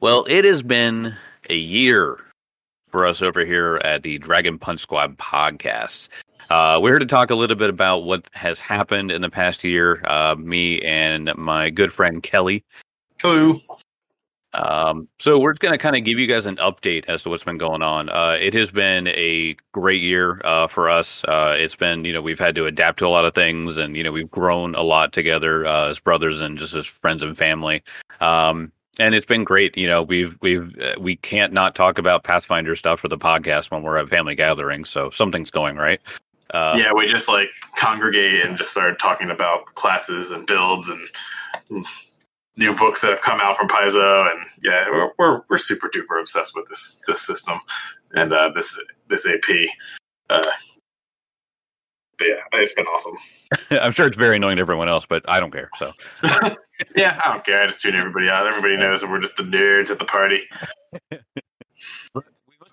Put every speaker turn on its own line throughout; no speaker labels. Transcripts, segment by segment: Well, it has been a year for us over here at the Dragon Punch Squad podcast. Uh, we're here to talk a little bit about what has happened in the past year. Uh, me and my good friend Kelly.
Hello.
Um, so we're going to kind of give you guys an update as to what's been going on. Uh, it has been a great year uh, for us. Uh, it's been, you know, we've had to adapt to a lot of things, and you know, we've grown a lot together uh, as brothers and just as friends and family. Um, and it's been great. You know, we've we've uh, we can't not talk about Pathfinder stuff for the podcast when we're at family gatherings. So something's going right. Uh,
yeah, we just like congregate and just started talking about classes and builds and mm, new books that have come out from Paizo. And yeah, we're we're, we're super duper obsessed with this this system and uh, this this AP. Uh, but yeah, it's been awesome.
I'm sure it's very annoying to everyone else, but I don't care. So
Yeah, I don't care. I just tune everybody out. Everybody knows that we're just the nerds at the party,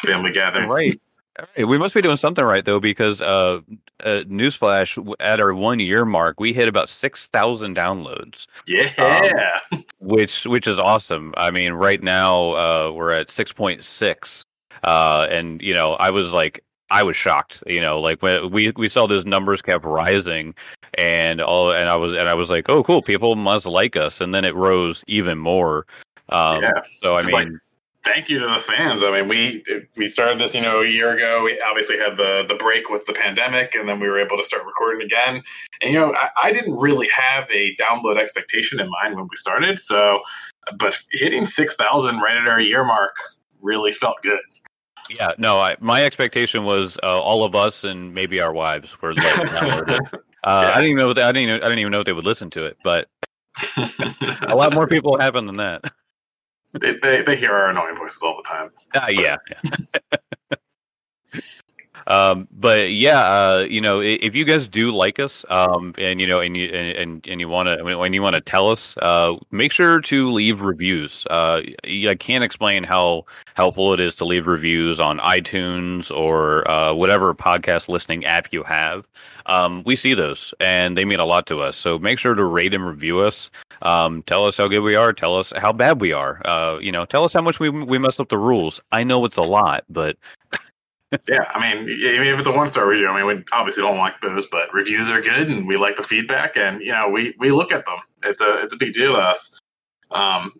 family gatherings.
right. All right. We must be doing something right though, because uh, uh newsflash: w- at our one year mark, we hit about six thousand downloads,
Um,
Yeah.
which which is awesome. I mean, right now uh, we're at six point six, uh, and you know, I was like, I was shocked. You know, like when we we saw those numbers kept rising, and all, and I was and I was like, oh, cool, people must like us, and then it rose even more. Um,
Yeah.
So I
It's
mean,
like- thank you to the fans. I mean, we we started this, you know, a year ago. We obviously had the the break with the pandemic, and then we were able to start recording again. And you know, I, I didn't really have a download expectation in mind when we started. So, but hitting six thousand right at our year mark really felt good.
Yeah, no, I, my expectation was uh, all of us and maybe our wives were like, downloaded it. uh, I
Yeah.
didn't even know what they, I didn't even, I didn't even know if they would listen to it, but a lot more people happen than that.
they, they they hear our annoying voices all the time.
Uh, yeah. yeah. um, but yeah, uh, you know, i- if you guys do like us, um, and you know, and you and and, and you want to, and you want to tell us, uh, make sure to leave reviews. Uh, y- I can't explain how helpful it is to leave reviews on iTunes or uh, whatever podcast listening app you have. Um, we see those, and they mean a lot to us. So make sure to rate and review us. Um, tell us how good we are. Tell us how bad we are. Uh, you know, tell us how much we we mess up the rules. I know it's a lot, but
Yeah, I mean, even if it's a one star review, I mean, we obviously don't like those, but reviews are good, and we like the feedback, and you know, we we look at them. It's a it's a big deal to us. Um,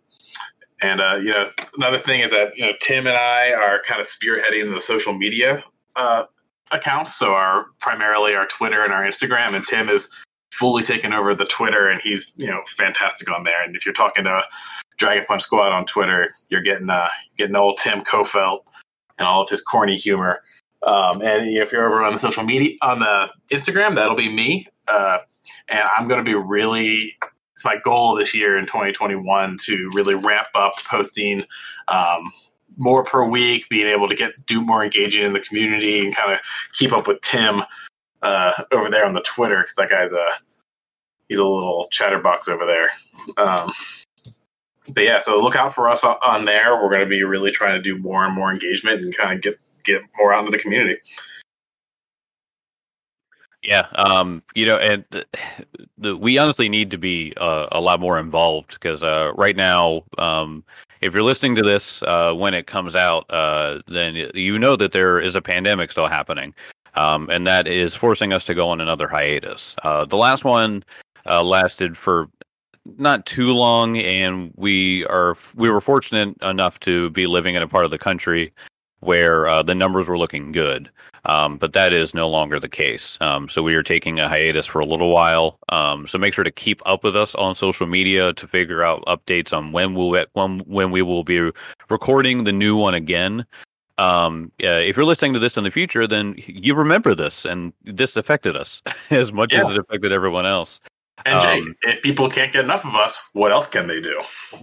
and uh, you know, another thing is that you know Tim and I are kind of spearheading the social media uh, accounts, so our primarily our Twitter and our Instagram, and Tim is fully taken over the Twitter, and he's you know fantastic on there. And if you're talking to Dragon Punch Squad on Twitter, you're getting uh, getting old Tim Kofelt and all of his corny humor. Um, and if you're over on the social media on the Instagram, that'll be me. Uh, and I'm going to be really. It's my goal this year in 2021 to really ramp up posting um, more per week, being able to get do more engaging in the community, and kind of keep up with Tim uh, over there on the Twitter because that guy's a he's a little chatterbox over there. Um, but yeah, so look out for us on, on there. We're going to be really trying to do more and more engagement and kind of get get more out into the community.
Yeah, um, you know, and the, the, we honestly need to be uh, a lot more involved because uh, right now, um, if you're listening to this uh, when it comes out, uh, then you know that there is a pandemic still happening, um, and that is forcing us to go on another hiatus. Uh, the last one uh, lasted for not too long, and we are we were fortunate enough to be living in a part of the country where uh, the numbers were looking good. Um, but that is no longer the case. Um, so we are taking a hiatus for a little while. Um, so make sure to keep up with us on social media to figure out updates on when we'll when when we will be recording the new one again. Um, uh, if you're listening to this in the future, then you remember this, and this affected us as much as
Yeah.
it affected everyone else.
And Jake,
Um,
if people can't get enough of us, what else can they do?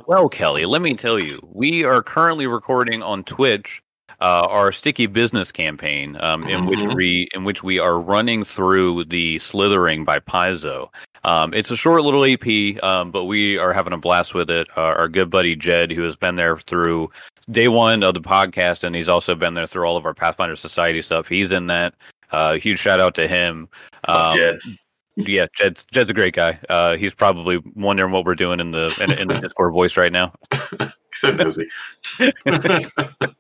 Well, Kelly, let me tell you, we are currently recording on Twitch uh, our sticky business campaign, um, in which
Mhm.
we in which we are running through the Slithering by Paizo. Um, it's a short little AP, um, but we are having a blast with it. Uh, our good buddy Jed, who has been there through day one of the podcast, and he's also been there through all of our Pathfinder Society stuff. He's in that. Uh, huge shout out to him. Um,
Love Jed.
Yeah, Jed's, Jed's a great guy. Uh, he's probably wondering what we're doing in the in, in the Discord voice right now.
so nosy.
but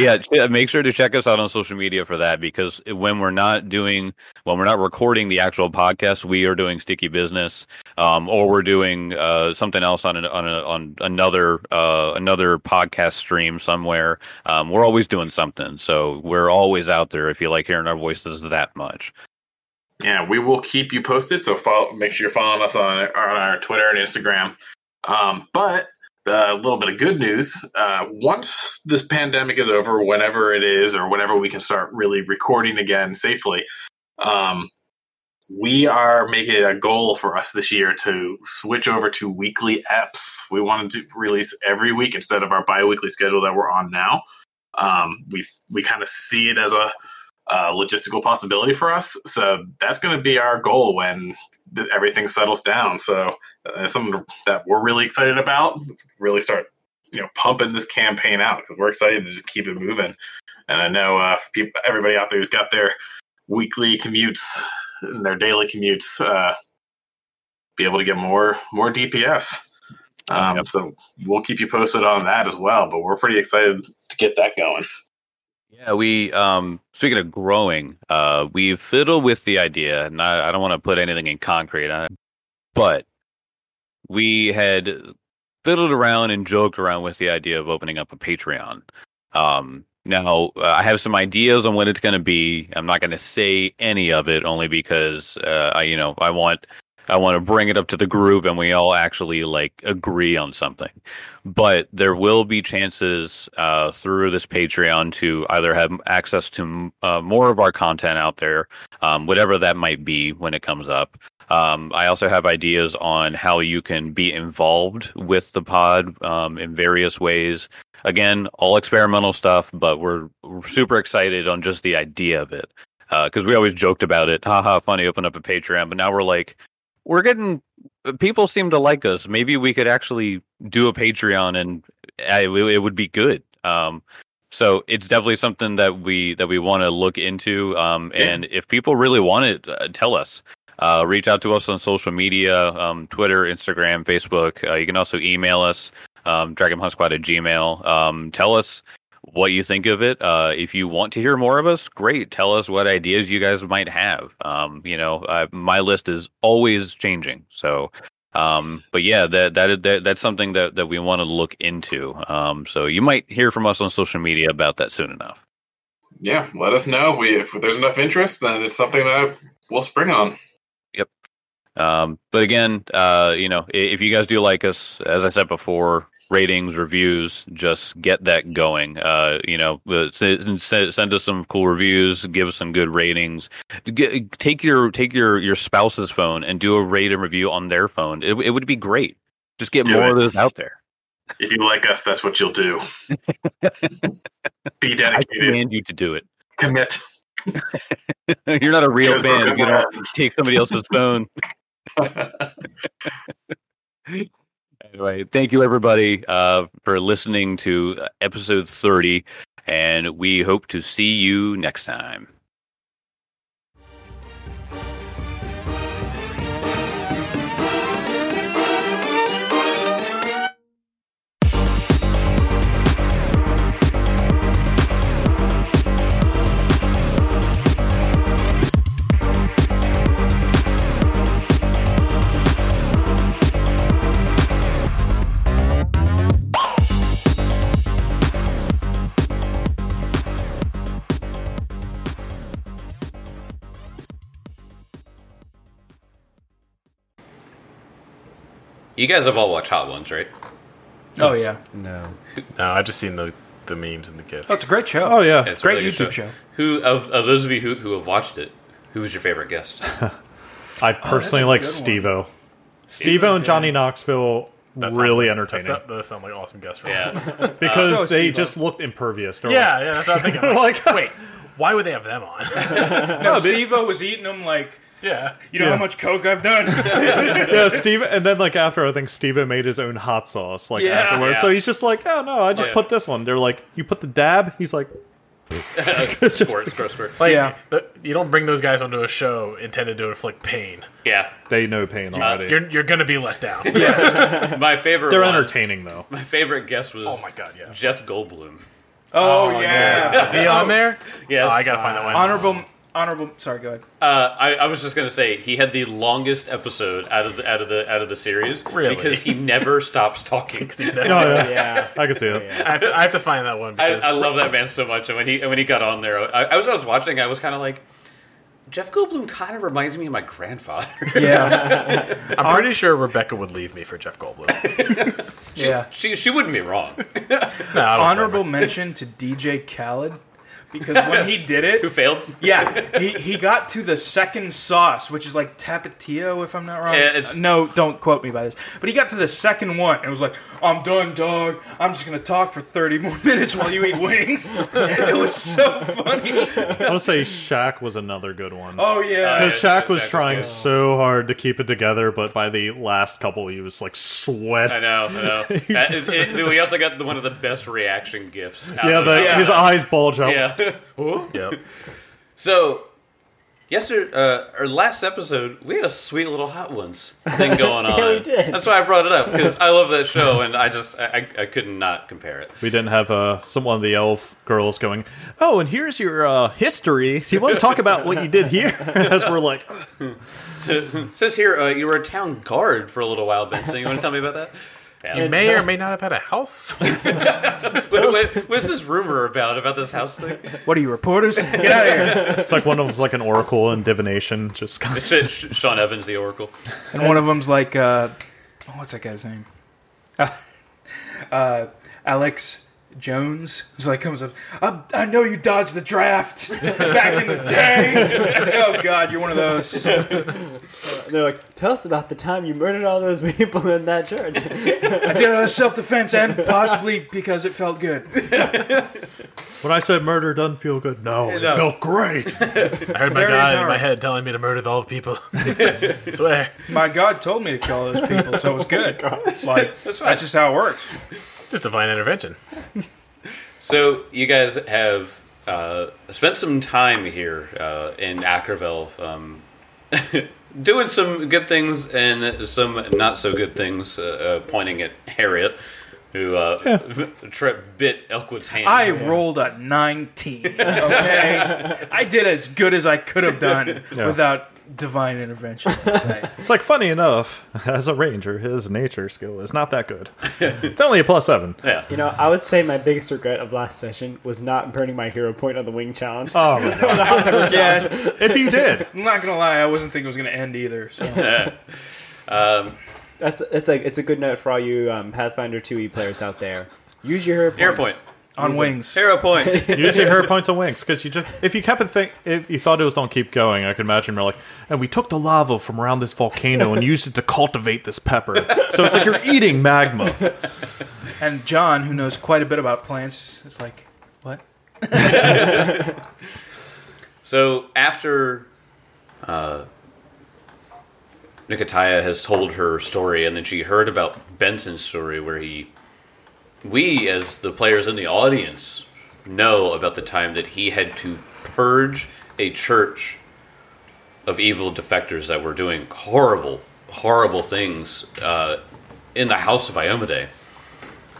yeah, ch- make sure to check us out on social media for that because when we're not doing, when we're not recording the actual podcast, we are doing sticky business, um, or we're doing uh, something else on an, on a, on another uh, another podcast stream somewhere. Um, we're always doing something, so we're always out there. If you like hearing our voices that much,
yeah, we will keep you posted. So follow, make sure you're following us on on our Twitter and Instagram. Um, but a little bit of good news. Uh, once this pandemic is over, whenever it is, or whenever we can start really recording again safely, um, we are making it a goal for us this year to switch over to weekly EPs. We want to do, release every week instead of our biweekly schedule that we're on now. Um, we we kind of see it as a, a logistical possibility for us, so that's going to be our goal when th- everything settles down. So uh, something that we're really excited about. Really start, you know, pumping this campaign out because we're excited to just keep it moving. And I know uh, people, everybody out there who's got their weekly commutes and their daily commutes, uh, be able to get more more DPS. Um, yep. So we'll keep you posted on that as well. But we're pretty excited to get that going.
Yeah, we um speaking of growing, uh we fiddle with the idea and I, I don't want to put anything in concrete on it, but we had fiddled around and joked around with the idea of opening up a Patreon. Um, now, uh, I have some ideas on what it's going to be. I'm not going to say any of it, only because uh, I, you know, I want I want to bring it up to the group and we all actually like agree on something. But there will be chances uh, through this Patreon to either have access to uh, more of our content out there, um, whatever that might be when it comes up. Um, I also have ideas on how you can be involved with the pod um, in various ways. Again, all experimental stuff, but we're, we're super excited on just the idea of it. Because uh, we always joked about it, haha, funny, open up a Patreon. But now we're like, we're getting uh, people seem to like us. Maybe we could actually do a Patreon and I, it would be good. Um, so it's definitely something that we that we want to look into. Um, and yeah. if people really want it, uh, tell us. Uh, reach out to us on social media, um, Twitter, Instagram, Facebook. Uh, you can also email us, um, DragonHuntSquad at Gmail. Um, tell us what you think of it. Uh, if you want to hear more of us, great. Tell us what ideas you guys might have. Um, you know, I, my list is always changing. So, um, but yeah, that, that, that that's something that that we want to look into. Um, so you might hear from us on social media about that soon enough.
Yeah, let us know. We if there's enough interest, then it's something that we'll spring on.
Yep. Um, but again, uh, you know, if you guys do like us, as I said before, ratings, reviews, just get that going. Uh, you know, send, send us some cool reviews, give us some good ratings. Get, take your take your your spouse's phone and do a rate and review on their phone. It, it would be great. Just get do more it. of those out there.
If you like us, that's what you'll do. be dedicated.
I command you to do it.
Commit.
You're not a real fan if you don't take somebody else's phone anyway, thank you everybody uh, for listening to uh, episode 30, and we hope to see you next time. You guys have all watched Hot Ones, right?
Oh yeah.
No, no, I've just seen the the memes and the gifs.
Oh, it's a great show.
Oh yeah,
it's great really YouTube show. show.
Who of, of those of you who, who have watched it, who was your favorite guest?
I personally like Stevo. Stevo and Johnny Knoxville that really
like,
entertaining.
That, those sound like awesome guests for
yeah.
that. because uh, they Steve-O. just looked impervious.
Yeah, yeah, that's what I'm thinking.
like,
wait, why would they have them on?
no, Stevo was eating them like.
Yeah.
You know
yeah.
how much coke I've done.
yeah, Steve. And then like after, I think Steven made his own hot sauce like
Yeah.
afterwards.
Yeah.
So he's just like, oh no, I just
Yeah.
put this one. They're like, you put the dab. He's like,
sports CRISPR.
Like,
Yeah.
but you don't bring those guys onto a show intended to inflict pain.
Yeah,
They know pain already.
You're, you're going to be let down.
my favorite.
They're
one-
entertaining though.
My favorite guest was
Oh my god, yeah.
Jeff Goldblum.
Oh, yeah.
Is he on there?
Yes,
Oh, I gotta find that one.
Honorable, honorable. Sorry, go ahead.
Uh, I, I was just gonna say he had the longest episode out of the out of the out of the series
Really?
because he never stops talking.
No, yeah.
Yeah.
I can see it.
I have, to, I have to find that one
I,
because
I love that man so much, and when he and when he got on there, I, I was I was watching, I was kind of like, Jeff Goldblum kind of reminds me of my grandfather.
Yeah.
I'm pretty sure Rebecca would leave me for Jeff Goldblum.
yeah.
she she wouldn't be wrong.
No, I don't
Honorable
blame
mention to DJ Khaled because when he did
Who
it,
failed?
yeah, he, he got to the second sauce, which is like Tapatio, if I'm not wrong.
Yeah, it's-
no, don't quote me by this. But he got to the second one and was like, I'm done, dog. I'm just going to talk for 30 more minutes while you eat wings. it was so funny.
I want to say Shaq was another good one.
Oh, yeah.
Because
yeah,
Shaq was
Shaq was
trying so hard to keep it together, but by the last couple, he was like
I
sweating.
know, I know. That- it- it- we also got the, one of the best reaction gifts. out
Yeah,
of
the,
it.
his eyes bulge out.
yeah.
it. Yep.
So, yesterday, uh, our last episode, we had a sweet little hot ones thing going on.
Yeah, we did.
That's why I brought it up because I love that show, and I just I, I, I couldn't not compare it.
We didn't have uh, some one of the elf girls going, "Oh, and here's your uh, history. You want to talk about what you did here?" As we're like,
So, it says here uh, you were a town guard for a little while, Ben. So you want to tell me about that?
You
Yeah.
may or may not have had a house.
What- what- what's this rumor about about this house thing?
What are you, reporters? Get out of here.
it's like one of them's like an oracle and divination. Just kind
It's Sh- Sh- Sean Evans, the Oracle.
And one of them's like, uh, oh, what's that guy's name? Uh, Alex Jones. He's like, comes up, I, I know you dodged the draft back in the day. oh, God, you're one of those.
They're like, tell us about the time you murdered all those people in that church.
I did it out of self defense and possibly because it felt good.
when I said murder doesn't feel good, no, it felt great.
I heard my
Very
guy in
dark.
my head telling me to murder all the people. Oh swear.
My God told me to kill those people, so it was good. like, that's, just how it works.
It's just divine intervention.
So you guys have uh, spent some time here uh, in Ackerville, um, doing some good things and some not so good things. Uh, uh, pointing at Harriet, who uh, tri- bit Elkwood's hand.
I rolled a 19, okay? I did as good as I could have done without divine intervention.
It's like funny enough, as a ranger, his nature skill is not that good. It's only a plus seven.
yeah.
you know, I would say my biggest regret of last session was not burning my hero point on the wing challenge.
Oh my god!
yeah,
If you did,
I'm not gonna lie, I wasn't thinking it was gonna end either. So
Um,
That's it's a it's a good note for all you um, Pathfinder 2e players out there. Use your hero points.
Hero point.
on wings,
Hero point.
usually her points on wings because you just if you kept it think if you thought it was gonna keep going, I can imagine you're like, and we took the lava from around this volcano and used it to cultivate this pepper. So it's like you're eating magma.
and John, who knows quite a bit about plants, is like, "What? Oh
So after uh, Nikataya has told her story, and then she heard about Benson's story, where he, we as the players in the audience, know about the time that he had to purge a church of evil defectors that were doing horrible, horrible things uh, in the house of Iomade,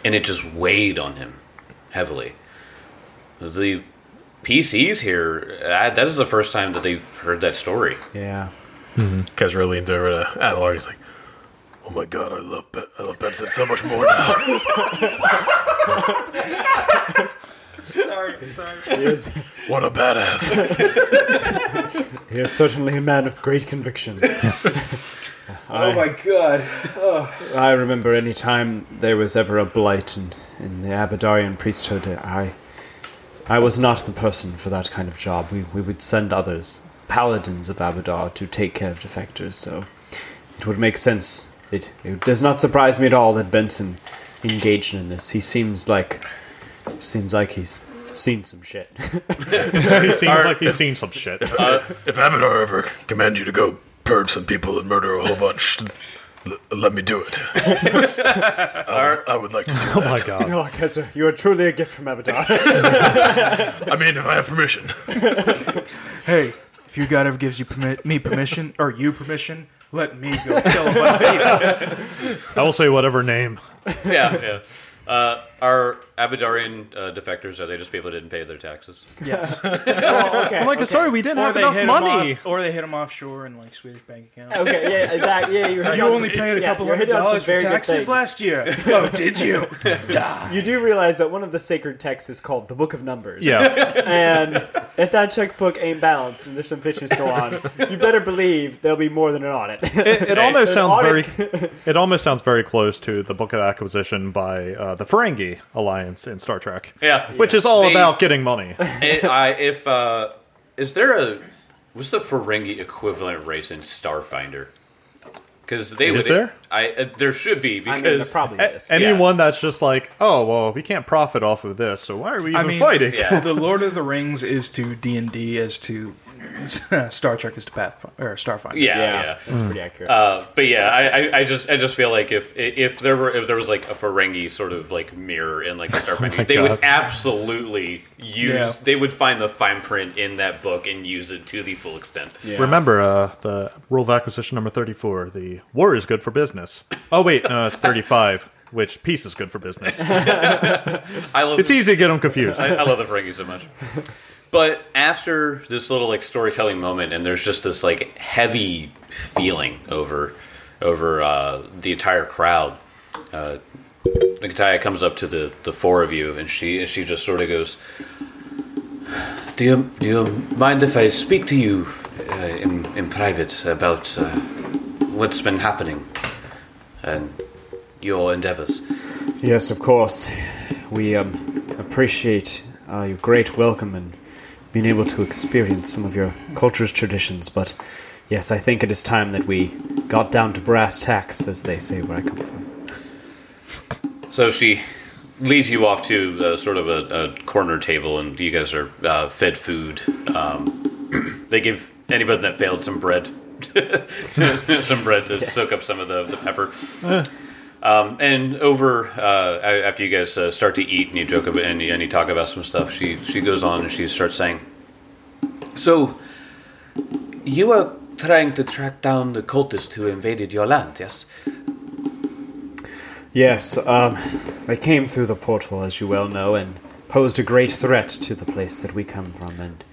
and it just weighed on him heavily. The PCs here, uh, that is the first time that they've heard that story.
Yeah.
Mm-hmm.
Because Roline's over to Adelar. He's like, oh my god, I love, Be- I love Benson so much more now.
Sorry, sorry."
He is,
What a badass.
he is certainly a man of great conviction.
Oh my god! Oh.
I remember any time there was ever a blight in, in the Abadarian priesthood, I, I was not the person for that kind of job. We, we would send others, paladins of Abadar, to take care of defectors, so it would make sense. It, it does not surprise me at all that Benson engaged in this. He seems like, seems like he's seen some shit.
he seems like he's seen some shit.
uh, if Amador ever command you to go purge some people and murder a whole bunch, L- let me do it. I, would- I would like to do
Oh my god.
No, Kaiser, you are truly a gift from Abadar.
I mean, if I have permission.
Hey, if your God ever gives you permi- me permission or you permission, let me go kill a bunch of people.
I will say whatever name.
yeah, yeah. Uh, are Abadarian uh, defectors? Are they just people who didn't pay their taxes?
Yes.
I'm like, sorry, we didn't
Oh, Or
have
they,
enough
hit 'em
money.
off, or they hit them offshore in like Swedish bank accounts.
Okay, yeah, that, yeah, you're
You only paid a
yeah,
couple
you're
hundred
hitting on some
dollars for
very good
taxes
things.
last year. oh, did you?
You do realize that one of the sacred texts is called the Book of Numbers.
Yeah.
And if that checkbook ain't balanced and there's some fishes go on, you better believe there'll be more than an audit.
It, it almost
An
sounds
audit-
very. It almost sounds very close to the Book of Acquisition by uh, the Ferengi Alliance in Star Trek,
Yeah,
which is all
They-
about getting money.
I- I, if uh, is there a what's the Ferengi equivalent race in Starfinder? Because they
Is
would.
there?
I uh, there should be
I
because
mean, there probably
A-
is.
Anyone that's just like, oh well, we can't profit off of this, so why are we even
mean,
fighting?
yeah.
the Lord of the Rings is to D and D as to Star Trek is to Path or Starfinder.
yeah,
Yeah,
yeah.
that's
Hmm.
pretty accurate.
Uh, but yeah, I, I, I just I just feel like if if there were if there was like a Ferengi sort of like mirror in like the Starfinder,
Oh my
they
God.
would absolutely use
Yeah.
they would find the fine print in that book and use it to the full extent.
Remember uh, the rule of acquisition number 34 the war is good for business. Oh, wait, no, it's 35, which peace is good for business.
I love
It's easy to get them confused.
I, I love the Ferengi so much. But after this little like storytelling moment, and there's just this like heavy feeling over over uh, the entire crowd. Uh, Nikitaya comes up to the, the four of you, and she and she just sort of goes, "Do you do you mind if I speak to you uh, in in private about uh, what's been happening and your endeavors?"
yes, of course. We um, appreciate uh, your great welcome and being able to experience some of your culture's traditions, but yes, I think it is time that we got down to brass tacks, as they say where I come from.
So she leads you off to uh, sort of a, a corner table, and you guys are uh, fed food. Um, they give anybody that failed some bread, some bread to soak up some of the, the pepper.
Eh.
Um, and over uh, a- after you guys uh, start to eat and you joke about and, you- and you talk about some stuff, she she goes on and she starts saying, "So you are trying to track down the cultists who invaded your land, yes?"
Yes, um, they came through the portal, as you well know, and posed a great threat to the place that we come from, and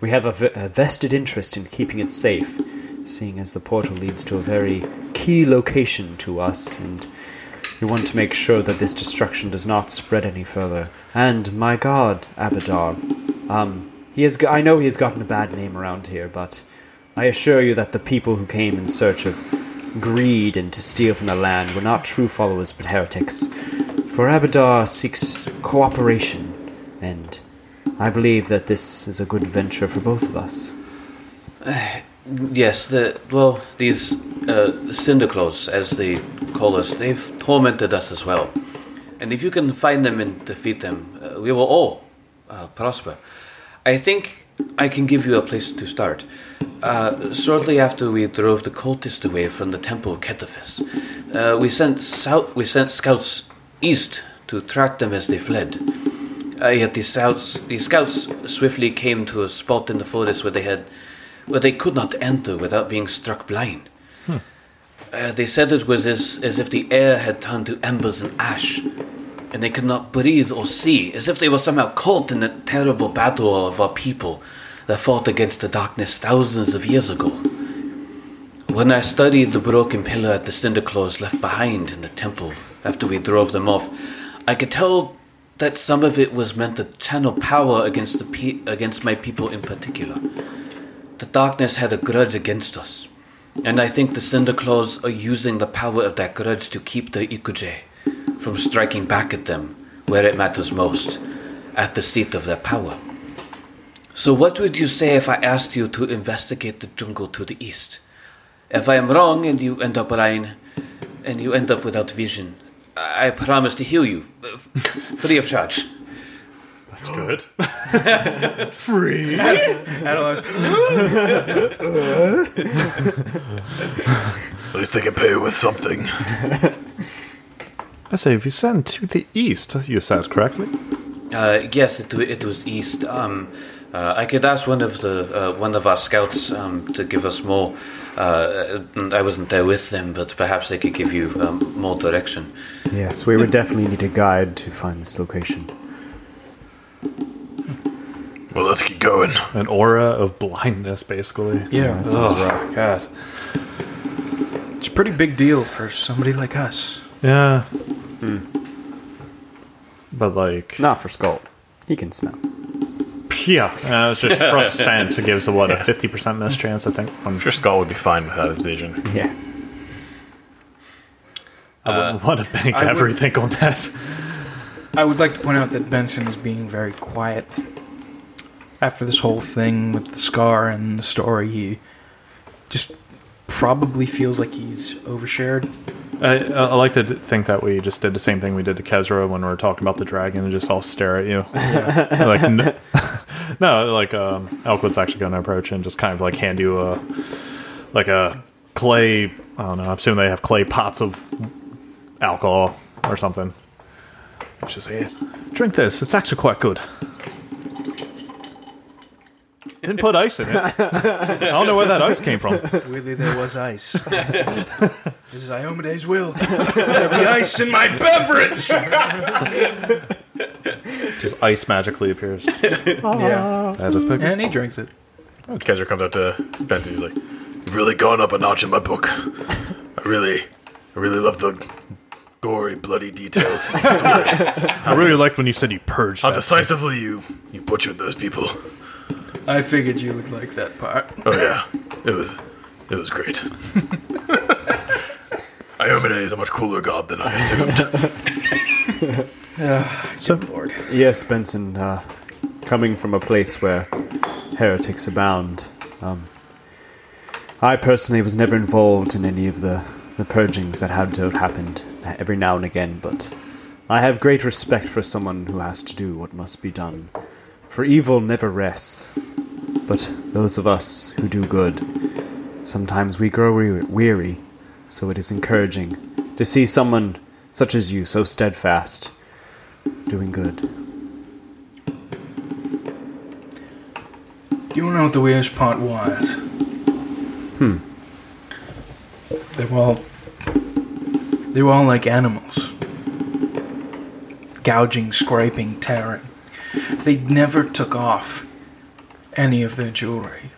we have a, v- a vested interest in keeping it safe, seeing as the portal leads to a very key location to us, and we want to make sure that this destruction does not spread any further. And my god, Abadar, um, he has, g- I know he has gotten a bad name around here, but I assure you that the people who came in search of greed and to steal from the land were not true followers but heretics. For Abadar seeks cooperation, and I believe that this is a good venture for both of us.
Yes, the well, these uh, Cinderclaws, as they call us, they've tormented us as well. And if you can find them and defeat them, uh, we will all uh, prosper. I think I can give you a place to start. Uh, shortly after we drove the cultists away from the temple of Ketafis, uh, we sent south. We sent scouts east to track them as they fled. Uh, yet the scouts, the scouts swiftly came to a spot in the forest where they had, where they could not enter without being struck blind. Uh, they said it was as, as if the air had turned to embers and ash, and they could not breathe or see, as if they were somehow caught in that terrible battle of our people that fought against the darkness thousands of years ago. When I studied the broken pillar at the cinder claws left behind in the temple after we drove them off, I could tell that some of it was meant to channel power against the pe- against my people in particular. The darkness had a grudge against us, and I think the cinder claws are using the power of that grudge to keep the Ikuje from striking back at them where it matters most, at the seat of their power. So, what would you say if I asked you to investigate the jungle to the east? If I am wrong and you end up blind, and you end up without vision, I I promise to heal you, uh, free of charge.
That's good. Free.
Adolescent.
At least they can pay with something.
I say, if you send to the east, you said correctly.
Uh, yes, it, wa- it was east. Um, uh, I could ask one of the uh, one of our scouts um, to give us more. Uh, and I wasn't there with them, but perhaps they could give you um, more direction.
Yes, we would definitely need a guide to find this location.
Well, let's keep going.
An aura of blindness, basically.
Yeah, that sounds rough.
God. It's a pretty big deal for somebody like us.
Yeah. But like,
Not for Skull. He can smell.
yeah, uh, it's just percent gives a what a fifty percent miss chance, I think.
I'm sure Skull would be fine without his vision.
Yeah.
Uh,
I wouldn't want to bank
I would-
everything on that.
I would like to point out that Benson is being very quiet. After this whole thing with the scar and the story, he just probably feels like he's overshared.
I, I like to d- think that we just did the same thing we did to Kezra when we were talking about the dragon and just all stare at you. like n- no, like um, Elkwood's actually going to approach and just kind of like hand you a like a clay. I don't know. I assume they have clay pots of alcohol or something. It's just here. Drink this. It's actually quite good. Didn't put ice in it. I don't know where that ice came from.
Weirdly, there was ice. it is Iomede's will. There be ice in my beverage!
Just ice magically appears.
yeah.
That is
And he drinks it.
Kezra comes up to Benson. He's like, "You've really gone up a notch in my book. I really, I really love the gory, bloody details.
I really liked when you said you purged.
How
that.
decisively you you butchered those people.
I figured you would like that part.
Oh yeah, it was, it was great." Iomene is a much cooler god than I assumed.
Ah,
Yes, Benson, uh, coming from a place where heretics abound, um, I personally was never involved in any of the, the purgings that had to have happened every now and again, but I have great respect for someone who has to do what must be done. For evil never rests, but those of us who do good, sometimes we grow weary, weary so it is encouraging to see someone such as you so steadfast doing good.
You know what the weirdest part was? Hmm.
Hmm.
They were all. They were all like animals. Gouging, scraping, tearing. They never took off any of their jewelry.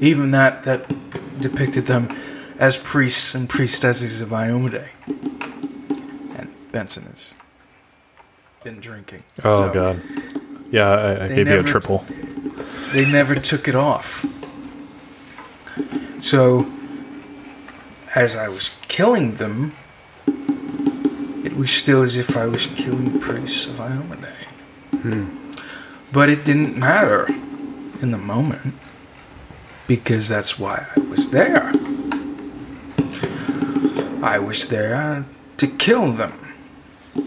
Even that that depicted them as priests and priestesses of Iomide. And Benson has been drinking.
Oh
so
god. Yeah, I, I
They
gave you a
never-
triple.
they never took it off. So, as I was killing them, it was still as if I was killing priests of Iomene. But it didn't matter in the moment because that's why I was there. I was there to kill them,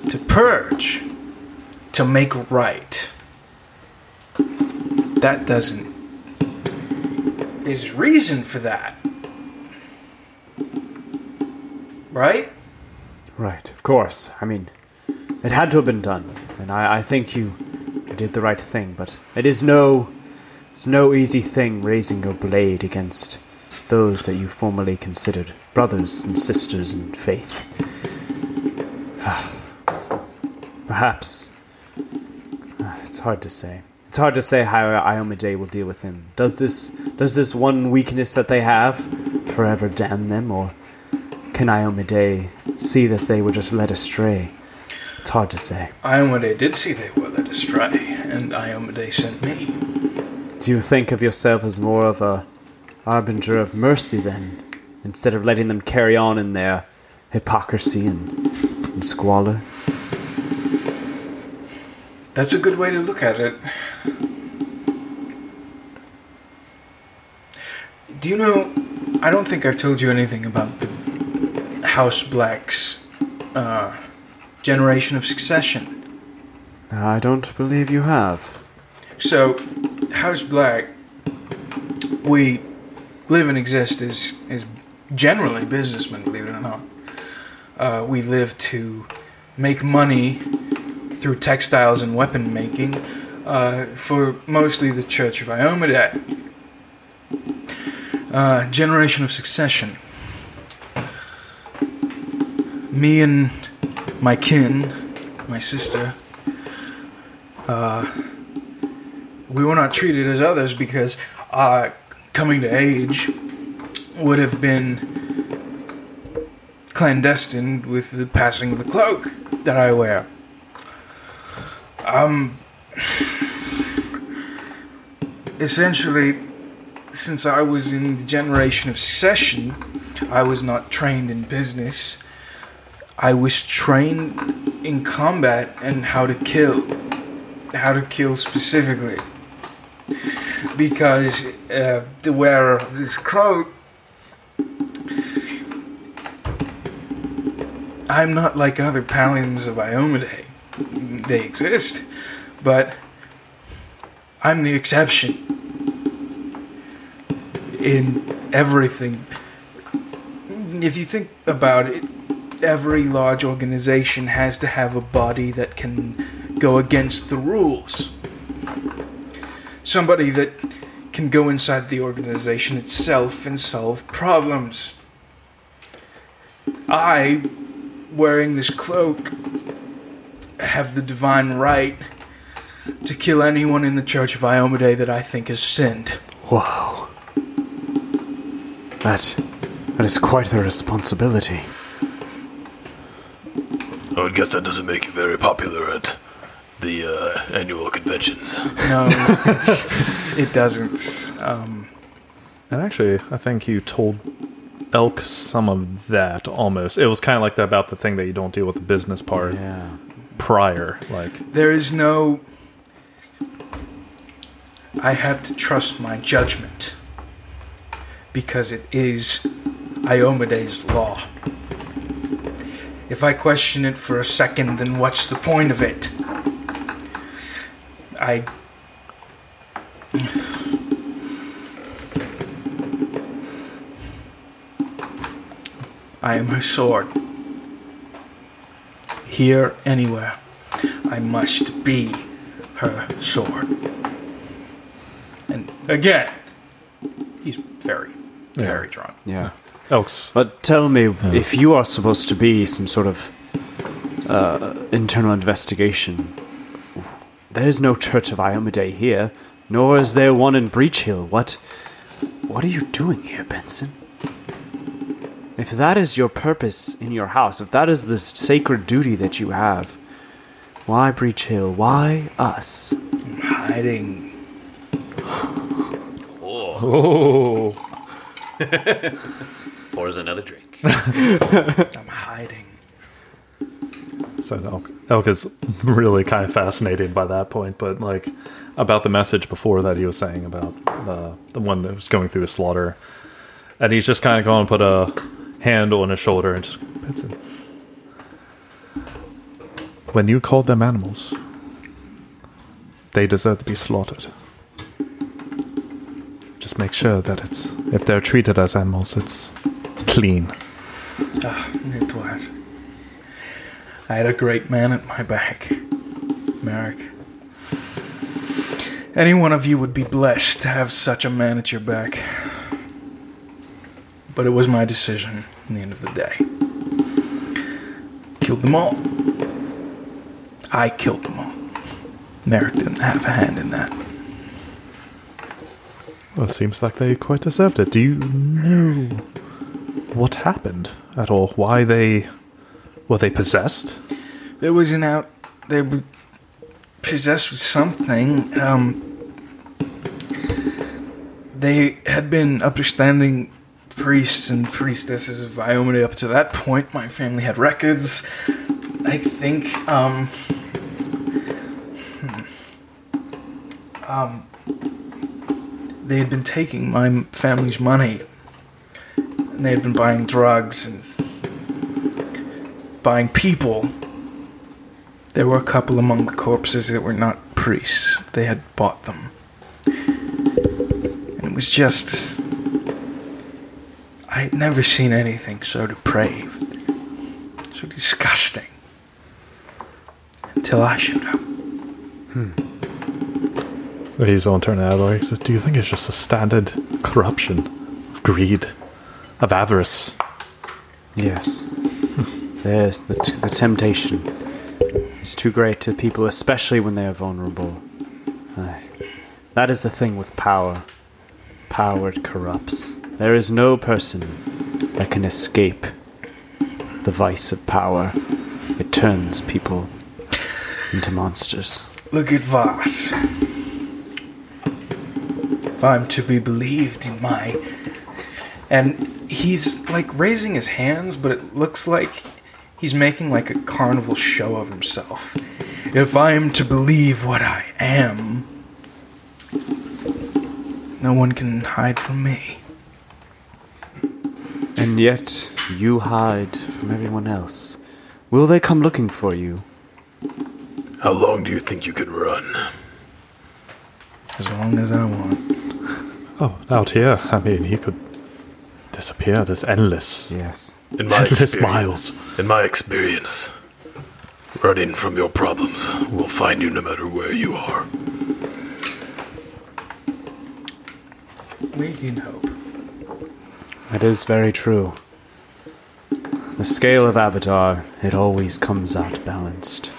to purge, to make right that doesn't. There's reason for that. Right?
Right, of course. I mean, it had to have been done, and I, I think you did the right thing. But it is no, it's no easy thing raising your blade against those that you formerly considered brothers and sisters in faith. Perhaps ah, it's hard to say. It's hard to say how Iomade will deal with him. Does this does this one weakness that they have forever damn them, or can Iomade see that they were just led astray? It's hard to say.
Iomade did see they were led astray, and Iomade sent me.
Do you think of yourself as more of a harbinger of mercy then, instead of letting them carry on in their hypocrisy and, and squalor?
That's a good way to look at it. Do you know? I don't think I've told you anything about the House Black's uh, generation of succession.
I don't believe you have.
So, House Black, we live and exist as, as generally businessmen, believe it or not. Uh, we live to make money through textiles and weapon making uh, for mostly the Church of Iomidae. Uh, generation of succession. Me and my kin, my sister, uh, we were not treated as others because our coming to age would have been clandestine with the passing of the cloak that I wear. Um, essentially, since I was in the generation of succession, I was not trained in business. I was trained in combat and how to kill how to kill specifically. Because uh, the wearer of this cloak, I'm not like other Palins of Iomidae. They exist, but I'm the exception in everything. If you think about it, every large organization has to have a body that can go against the rules. Somebody that can go inside the organization itself and solve problems. I, wearing this cloak, have the divine right to kill anyone in the Church of Iomade that I think has sinned.
Wow. That, that is quite the responsibility.
I would guess that doesn't make you very popular at the uh, annual conventions.
No, it doesn't. Um,
And actually, I think you told Elk some of that almost. It was kind of like that about the thing that you don't deal with the business part
Yeah.
prior. Like,
there is no. I have to trust my judgment because it is Iomidae's law. If I question it for a second, then what's the point of it? I. I am her sword. Here, anywhere. I must be her sword. And again, he's very, very drunk.
Yeah.
Elk's
But tell me, if you are supposed to be some sort of uh, internal investigation, there is no Church of Iomade here, nor is there one in Breach Hill. What, what are you doing here, Benson? If that is your purpose in your house, if that is the sacred duty that you have, why Breach Hill? Why us?
Hiding.
Pours another drink.
I'm hiding.
So Elk, Elk is really kind of fascinated by that point, but like about the message before that he was saying about uh, the one that was going through a slaughter, and he's just kind of going to put a hand on his shoulder and just Benson. When you called them animals, they deserve to be slaughtered. Just make sure that it's if they're treated as animals, it's clean.
Ah, it was. I had a great man at my back, Merrick. Any one of you would be blessed to have such a man at your back. But it was my decision in the end of the day. Killed them all. I killed them all. Merrick didn't have a hand in that.
Well, it seems like they quite deserved it. Do you know what happened at all? Why they were they possessed?
There was an out. They were possessed with something. Um, they had been upstanding priests and priestesses of Iomene up to that point. My family had records. I think. Um, hmm. um, they had been taking my m- family's money, and they had been buying drugs and buying people There were a couple among the corpses that were not priests. They had bought them. And it was just. I had never seen anything so depraved, so disgusting. Until I showed up.
He's on turn out. He says, "Do you think it's just a standard corruption, of greed, of avarice?"
Yes. There's the, t- the temptation is too great to people, especially when they are vulnerable. Aye. that is the thing with power. Power it corrupts. There is no person that can escape the vice of power. It turns people into monsters.
Look at Voss. If I'm to be believed in my. And he's like raising his hands, but it looks like he's making like a carnival show of himself. If I am to believe what I am, no one can hide from me.
And yet, you hide from everyone else. Will they come looking for you?
How long do you think you can run?
As long as I want.
Oh, out here. I mean, he could disappear. There's endless,
Yes.
In my
endless
experience,
miles.
in my experience, running from your problems will find you no matter where you are.
We can hope.
That is very true. The scale of Abadar, it always comes out balanced.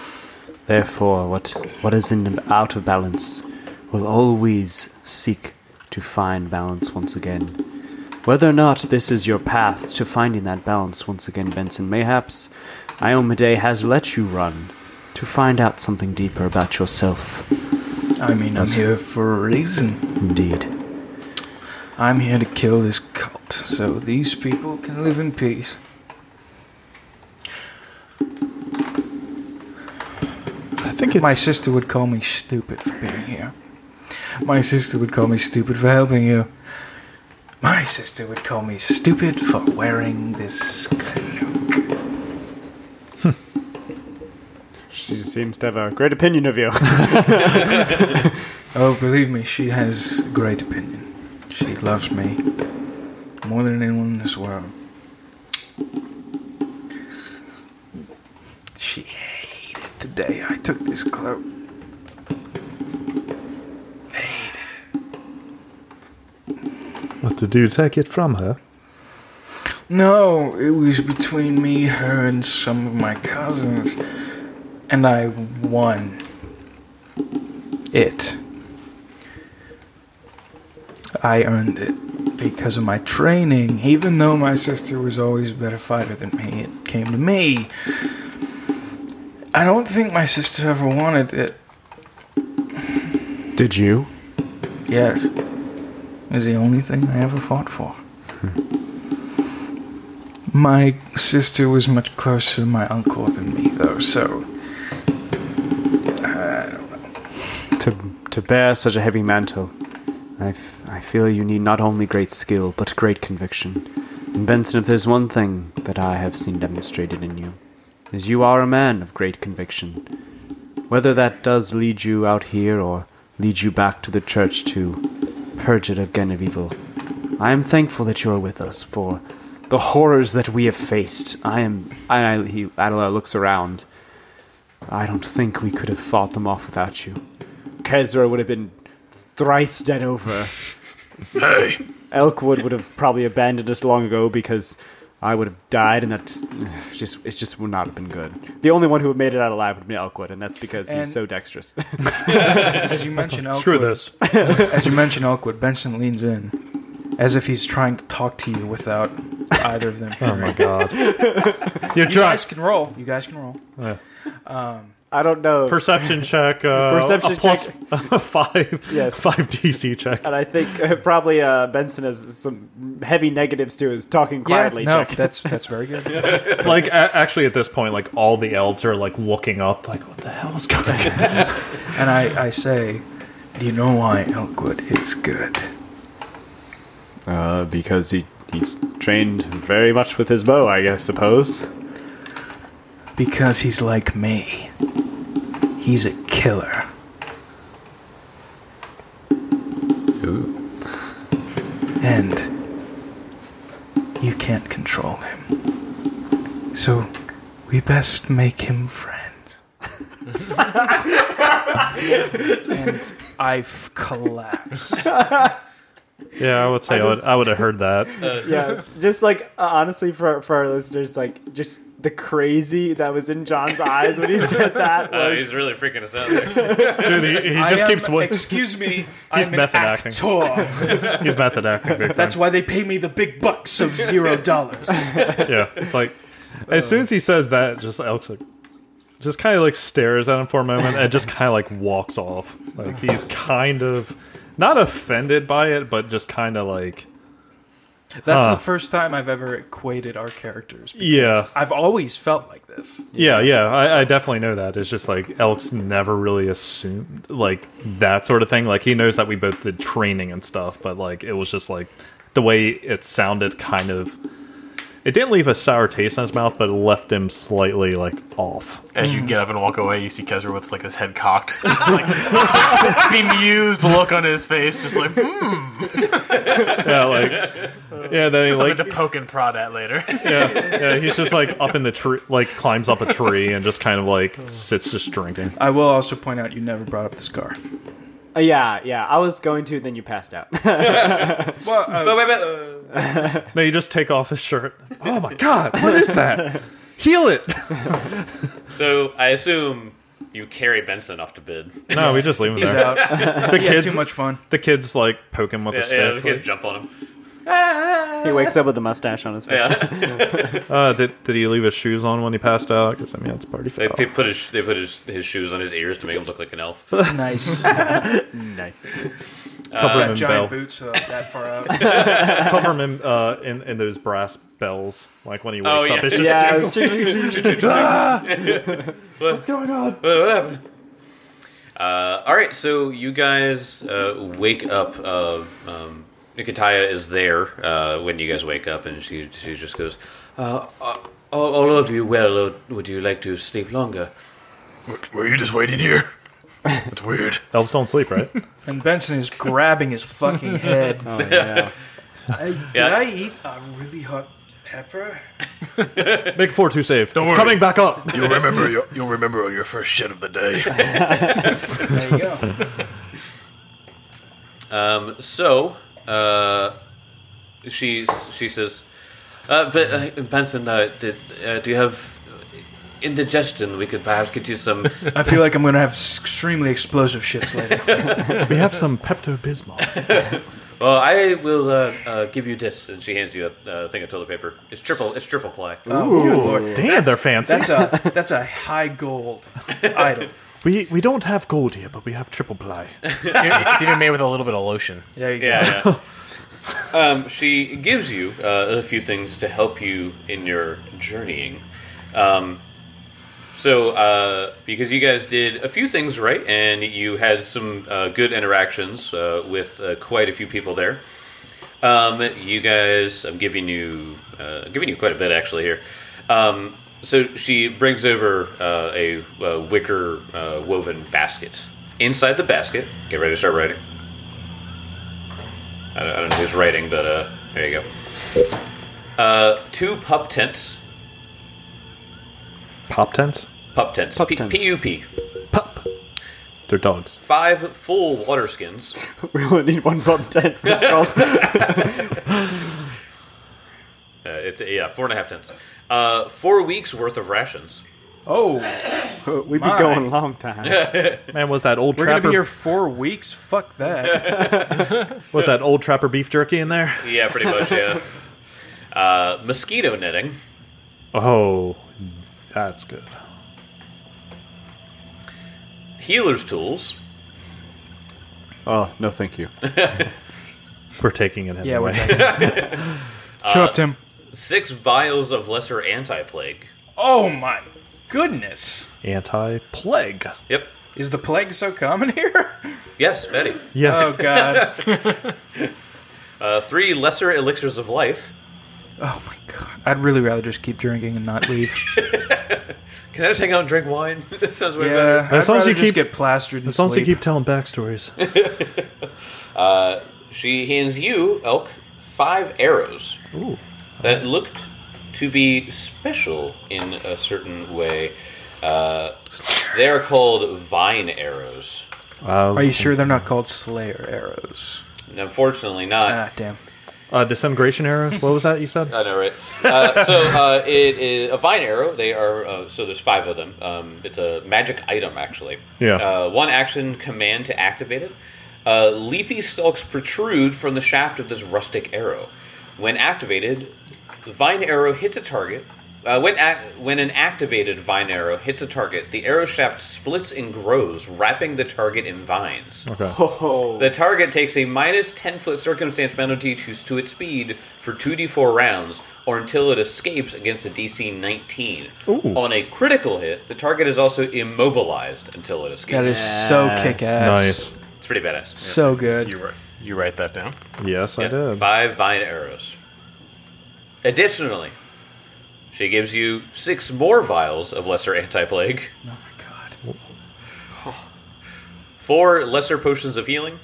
Therefore, what, what is in out of balance will always seek to find balance once again. Whether or not this is your path to finding that balance once again, Benson, mayhaps Iomade has let you run to find out something deeper about yourself.
I mean, I'm here for a reason.
Indeed.
I'm here to kill this cult so these people can live in peace.
I think it's
My sister would call me stupid for being here. My sister would call me stupid for helping you. My sister would call me stupid for wearing this cloak.
Hmm. She seems to have a great opinion of you.
Oh, believe me, she has a great opinion. She loves me more than anyone in this world. She hated the day I took this cloak.
What did you take it from her?
No, it was between me, her, and some of my cousins. And I won. It. I earned it because of my training. Even though my sister was always a better fighter than me, it came to me. I don't think my sister ever wanted it.
Did you?
Yes. It was the only thing I ever fought for. My sister was much closer to my uncle than me, though, Oh, so. uh,
to to bear such a heavy mantle. I, f- I feel you need not only great skill, but great conviction. And Benson, if there's one thing that I have seen demonstrated in you, is you are a man of great conviction. Whether that does lead you out here or lead you back to the church to purge it again of evil, I am thankful that you are with us, for the horrors that we have faced. I am. I, I, he, Adela looks around. I don't think we could have fought them off without you. Kezra would have been thrice dead over.
Hey,
Elkwood would have probably abandoned us long ago because I would have died, and that just, just it just would not have been good. The only one who would made it out alive would be Elkwood, and that's because
And-
he's so dexterous.
As you mention Elkwood,
Screw this.
as you mention Elkwood, Benson leans in, as if he's trying to talk to you without either of them.
Oh my god.
You
You're
guys
drunk.
can roll. You guys can roll. Um,
I don't know,
Perception check. Uh,
Perception
a plus five.
Yes.
Five DC check.
and I think uh, probably uh, Benson has some heavy negatives to his talking quietly
no,
check.
that's that's very good.
like a- actually at this point like all the elves are like looking up like what the hell is going on
And I, I say, do you know why Elkwood is good?
Uh, because he he trained very much with his bow, I guess. Suppose.
Because he's like me. He's a killer. And you can't control him. So we best make him friends. and I've collapsed.
Yeah, I would say I, would,
just-
I would have heard that.
Uh,
Yes, just like uh, honestly for for our listeners, like just the crazy that was in John's eyes when he said that
Uh,
was
he's really freaking us out. There.
Dude, he, he
I
just
am-
keeps wa-
Excuse me.
He's
I'm an
method acting.
actor.
He's method acting. Big
That's
time.
why they pay me the big bucks of zero dollars.
yeah. It's like as soon as he says that, just Elk's like just kind of like stares at him for a moment and just kind of like walks off. Like he's kind of not offended by it, but just kind of like
That's
Huh.
the first time I've ever equated our characters.
Ah. yeah,
I've always felt like this.
yeah, yeah. I, I definitely know that. It's just like Elk's never really assumed like that sort of thing. Like he knows that we both did training and stuff, but like it was just like the way it sounded kind of. It didn't leave a sour taste in his mouth, but it left him slightly like off.
As you get up and walk away, you see Kezra with like his head cocked, It's like, bemused look on his face, just like hmm,
yeah, like yeah, then he
something
like
to poke and prod at later.
yeah, yeah, he's just like up in the tree, like climbs up a tree and just kind of like sits just drinking.
I will also point out you never brought up the scar.
Uh, yeah, yeah. I was going to, then you passed out.
Well,
But wait, wait, uh,
No, you just take off his shirt. Oh my god, what is that? Heal it.
so I assume you carry Benson off to bed.
No, we just leave him
he's
there.
out.
The
Yeah,
kids,
too much fun.
the kids like poke him with a
Yeah, yeah, we
stick.
can jump on him.
he wakes up with a mustache on his face.
Yeah,
uh, did, did he leave his shoes on when he passed out? Because I mean, it's party
they,
foul.
they put his they put his, his shoes on his ears to make him look like an elf.
Nice.
Nice.
Cover
Got
him in
Uh, giant
bell.
boots so that far out.
Cover him in, uh, in in those brass bells. Like when he wakes
Oh,
up,
yeah.
it's just
Yeah, it's
Ah! what's going on?
Uh, all right, so you guys uh, wake up. Uh, um, Nikitaya is there uh, when you guys wake up, and she she just goes, uh, uh, "All all of you well, or would you like to sleep longer?"
Were you just waiting here? It's weird.
Elves don't sleep, right?
And Benson is grabbing his fucking head.
Oh, yeah.
Did
Yeah.
I eat a really hot pepper?
Make a four two save.
Don't
it's
worry.
coming back up.
You'll remember your, you'll remember your first shit of the day.
There you go.
Um, so uh, she she says, uh, but, uh, "Benson, uh, did, uh, do you have indigestion? We could perhaps get you some."
I feel like I'm gonna have s- extremely explosive shits later.
We have some Pepto Bismol.
Well, I will uh, uh, give you this, and she hands you a uh, thing of toilet paper. It's triple. It's triple ply.
Oh, good lord.
Damn, they're fancy.
That's a that's a high gold item.
we we don't have gold here, but we have triple ply.
Dinner made with a little bit of lotion.
There you go.
Yeah. yeah. um, she gives you uh, a few things to help you in your journeying. Um, so, uh, because you guys did a few things right, and you had some uh, good interactions uh, with uh, quite a few people there. Um, you guys, I'm giving you uh, giving you quite a bit actually here. Um, so she brings over uh, a, uh wicker uh, woven basket. Inside the basket, get ready to start writing. I don't, I don't know who's writing, but uh, there you go. Uh, two pup tents.
Pop tents?
Pup tents.
Pup
P-
tents.
P-U-P.
Pup. They're dogs.
Five full water skins.
we only need one from ten for skulls.
Uh, it, yeah, four and a half tents. Uh, four weeks worth of rations.
Oh,
We'd be
My.
going a long time.
Man, was that old
we're gonna
trapper
be here four weeks. Fuck that.
was that old trapper beef jerky in there?
Yeah, pretty much, yeah. Uh, mosquito netting.
Oh, that's good.
Healer's tools.
Oh no, thank you.
We're taking it
Yeah, we're
anyway.
Uh,
Show up, Tim.
Uh, Six vials of lesser anti-plague.
Oh my goodness.
Anti plague.
Yep.
Is the plague so common here?
Yes, Betty.
Yeah.
Oh god.
Uh, three lesser elixirs of life.
Oh my god. I'd really rather just keep drinking and not leave.
Can I just hang out and drink wine? that sounds way
Yeah,
As
as
long
long
as you
you
keep-
keep get plastered and
As long as you
sleep.
keep telling backstories.
better. Uh, she hands you, Elk, five arrows
Ooh.
that looked to be special in a certain way. Uh, they are called vine arrows.
Uh,
Are you sure they're not called Slayer arrows?
And unfortunately, not.
Ah, damn.
uh, disintegration arrows? What was that you said?
I know, right? Uh, so uh, it is a vine arrow. They are uh, so there's five of them. Um, it's a magic item, actually.
Yeah.
Uh, one action command to activate it. Uh, leafy stalks protrude from the shaft of this rustic arrow. When activated, the vine arrow hits a target. Uh, when, ac- when an activated vine arrow hits a target, the arrow shaft splits and grows, wrapping the target in vines.
Okay.
The target takes a minus 10 foot circumstance penalty to, to its speed for 2d4 rounds or until it escapes against a DC 19.
Ooh.
On a critical hit, the target is also immobilized until it escapes.
That is so kick ass.
Nice.
it's pretty badass.
So good.
You write, you write that down.
Yes, I
Yeah,
did.
Five vine arrows. Additionally, she gives you six more vials of lesser anti plague, four lesser potions of healing,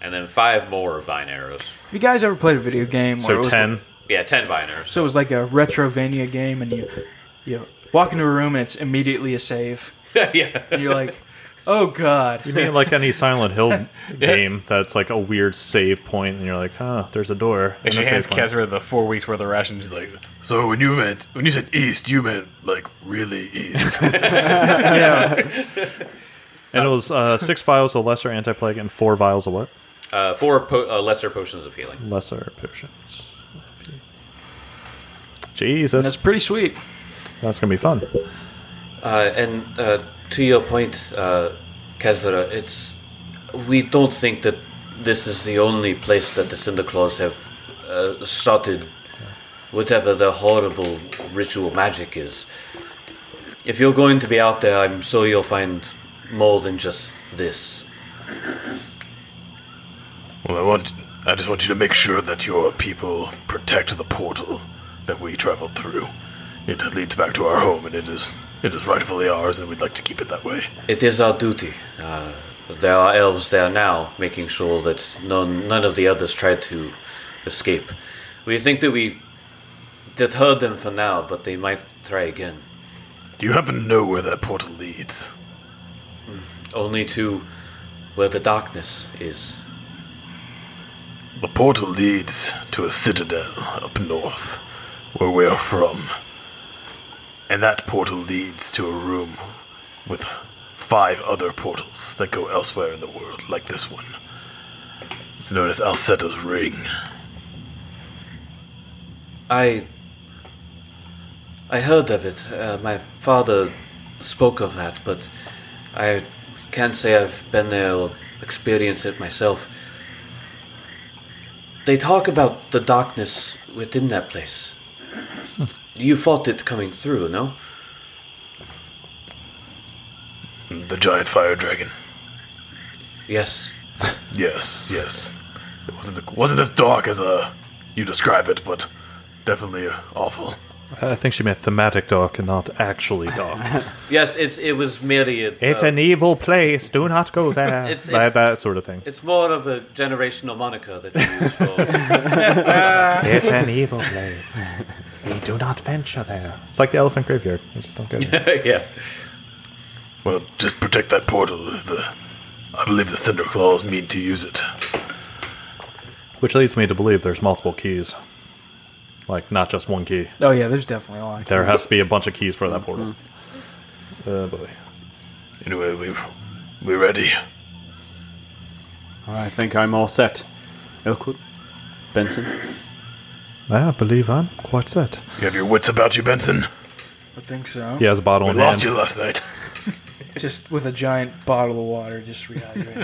and then five more vine arrows.
If you guys ever played a video game where
So
it was
ten.
Like,
Yeah, ten vine arrows.
so it was like a retrovania game, and you you walk into a room and it's immediately a save,
yeah.
and you're like, oh god.
You mean like any Silent Hill game that's like a weird save point, and you're like, huh, there's a door.
And
and a
she
save
hands
point.
Kezra the four weeks worth of rations. She's like, "So when you meant when you said east, you meant like really east."
And it was uh, six vials of lesser anti plague and four vials of what?
Uh, four po- uh, lesser potions of healing.
Lesser potions. Jesus,
That's pretty sweet.
that's gonna be fun.
Uh, and uh, to your point, uh, Kezra, it's we don't think that this is the only place that the Cinderclaws have uh, started whatever their horrible ritual magic is. If you're going to be out there, I'm sure you'll find more than just this.
well, I want I just want you to make sure that your people protect the portal that we traveled through. It leads back to our home, and it is it is rightfully ours, and we'd like to keep it that way.
It is our duty. Uh, there are elves there now, making sure that none, none of the others try to escape. We think that we deterred them for now, but they might try again.
Do you happen to know where that portal leads?
Hmm. Only to where the darkness is.
The portal leads to a citadel up north, where we are from. And that portal leads to a room with five other portals that go elsewhere in the world, like this one. It's known as Alceta's Ring.
I. I heard of it. Uh, my father spoke of that, but I can't say I've been there or experienced it myself. They talk about the darkness within that place. You fought it coming through, no?
The giant fire dragon.
Yes.
Yes, yes. It wasn't, wasn't as dark as uh, you describe it, but definitely awful.
I think she meant thematic dark and not actually dark.
Oh.
Yes, it's, it was merely a. uh,
it's an evil place. Do not go there.
It's- it's-
that, that sort of thing.
it's more of a generational moniker that you use for.
It's an evil place. We do not venture there. It's like the elephant graveyard. We just don't go there.
yeah.
Well, just protect that portal. The, I believe the Cinder Claws mean to use it.
Which leads me to believe there's multiple keys. Like, not just one key.
Oh yeah, there's definitely a lot. Of Mm-hmm.
There has to be a bunch of keys for that portal. Uh, boy.
Anyway, we we ready.
I think I'm all set. Elkwood? Benson?
I believe I'm quite set.
You have your wits about you, Benson.
I think so.
He has a bottle
We
in
lost
hand.
you last night.
Just with a giant bottle of water, just rehydrating.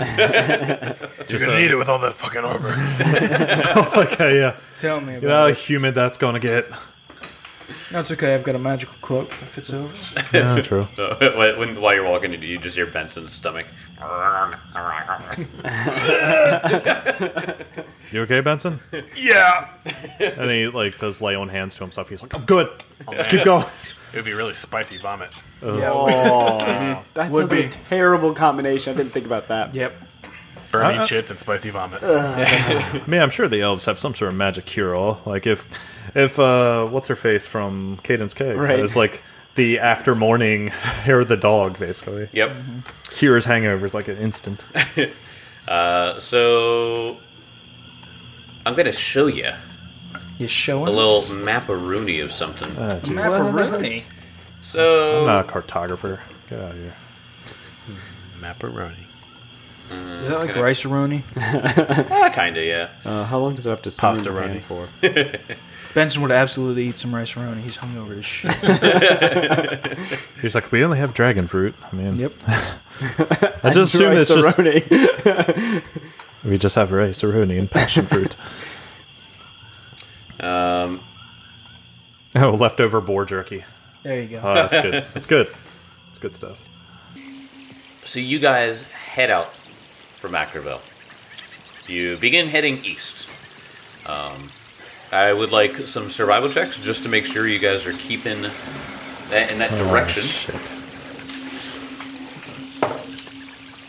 You're gonna need it with all that fucking armor.
okay, yeah.
Tell me
You know
about
how
it.
humid that's gonna get.
That's okay. I've got a magical cloak that fits over.
Yeah, true.
So, when, while you're walking, you just hear Benson's stomach.
You okay, Benson?
Yeah.
And he like does lay on hands to himself. He's like, I'm good. Let's keep going.
It would be really spicy vomit.
Oh,
Mm-hmm.
that
Would
sounds like
be.
a terrible combination. I didn't think about that.
Yep. Uh-uh.
Burning
Uh, uh.
shits and spicy vomit.
I mean, I'm sure the elves have some sort of magic cure all. Like if, if uh, what's her face from Cadence K?
Right.
It's like the after morning hair of the dog basically
Yep.
cures hangovers like an instant.
Uh, so I'm gonna show you
You showing
a little
us?
mapperoonie of something.
Ah, jeez.
Macaroni.
So
I'm not a cartographer. Get out of here.
Macaroni.
Is that like rice-a-roni?
Ah, kinda, yeah.
Uh, how long does it have to
Pasta
simmer in the pan
runny.
for?
Benson would absolutely eat some rice-a-roni. He's hungover as shit.
He's like, we only have dragon fruit. I mean,
yep.
I just assume it's just
Rice-a-roni.
we just have rice, aruni, and passion fruit.
Um,
oh, leftover boar jerky.
There you go.
Oh, that's good. That's good. That's good stuff.
So you guys head out from Ackerville. You begin heading east. Um, I would like some survival checks just to make sure you guys are keeping that in that
Oh,
direction.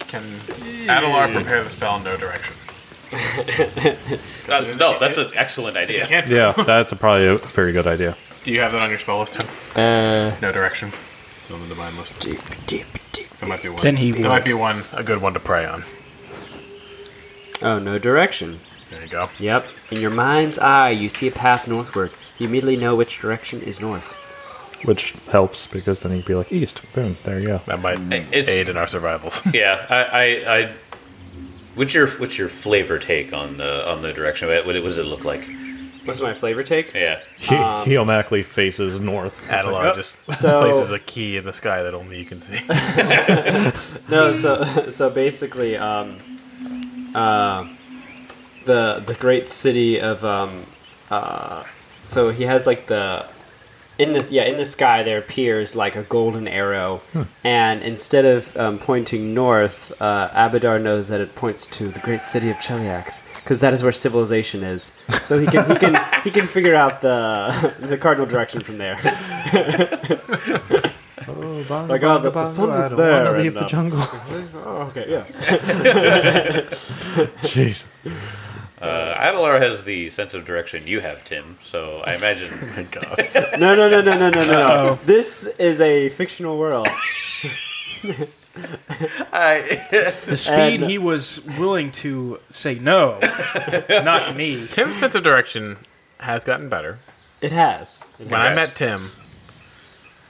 Can Adalar prepare the spell no direction?
That's, no, that's an excellent
You
idea.
can't.
Yeah, that's a, probably a very good idea.
Do you have that on your spell list?
Uh,
No direction. It's on the divine list. Deep, deep, deep. There might be one.
Then he
there
will.
might be one. A good one to prey on.
oh, no direction.
There you go.
Yep. In your mind's eye, you see a path northward. You immediately know which direction is north.
Which helps because then he'd be like, East, boom, there you go.
That might
Mm.
It's-
aid in our survivals.
Yeah, I, I, I. What's your what's your flavor take on the on the direction? What, what does it look like?
What's my flavor take? Um,
Yeah,
He,
um,
he automatically faces north. "Oh,
Adalar just
So-
places a key in the sky that only you can see.
No, so so basically, um, uh, the the great city of um, uh, so he has like the in this yeah in the sky there appears like a golden arrow, and instead of um, pointing north, uh, Abadar knows that it points to the great city of Cheliax because that is where civilization is. So he can he can he can figure out the the cardinal direction from there. Like oh, the, the sun is there. and,
leave the
um,
jungle.
oh, okay, yes.
Jeez.
uh, Adalar has the sense of direction you have, Tim. So I imagine
Thank Oh God.
No, no, no, no, no, no, no, no. This is a fictional world.
The speed
And-
he was willing to say no, not me.
Tim's sense of direction has gotten better.
It has.
When I
Congrats.
met Tim,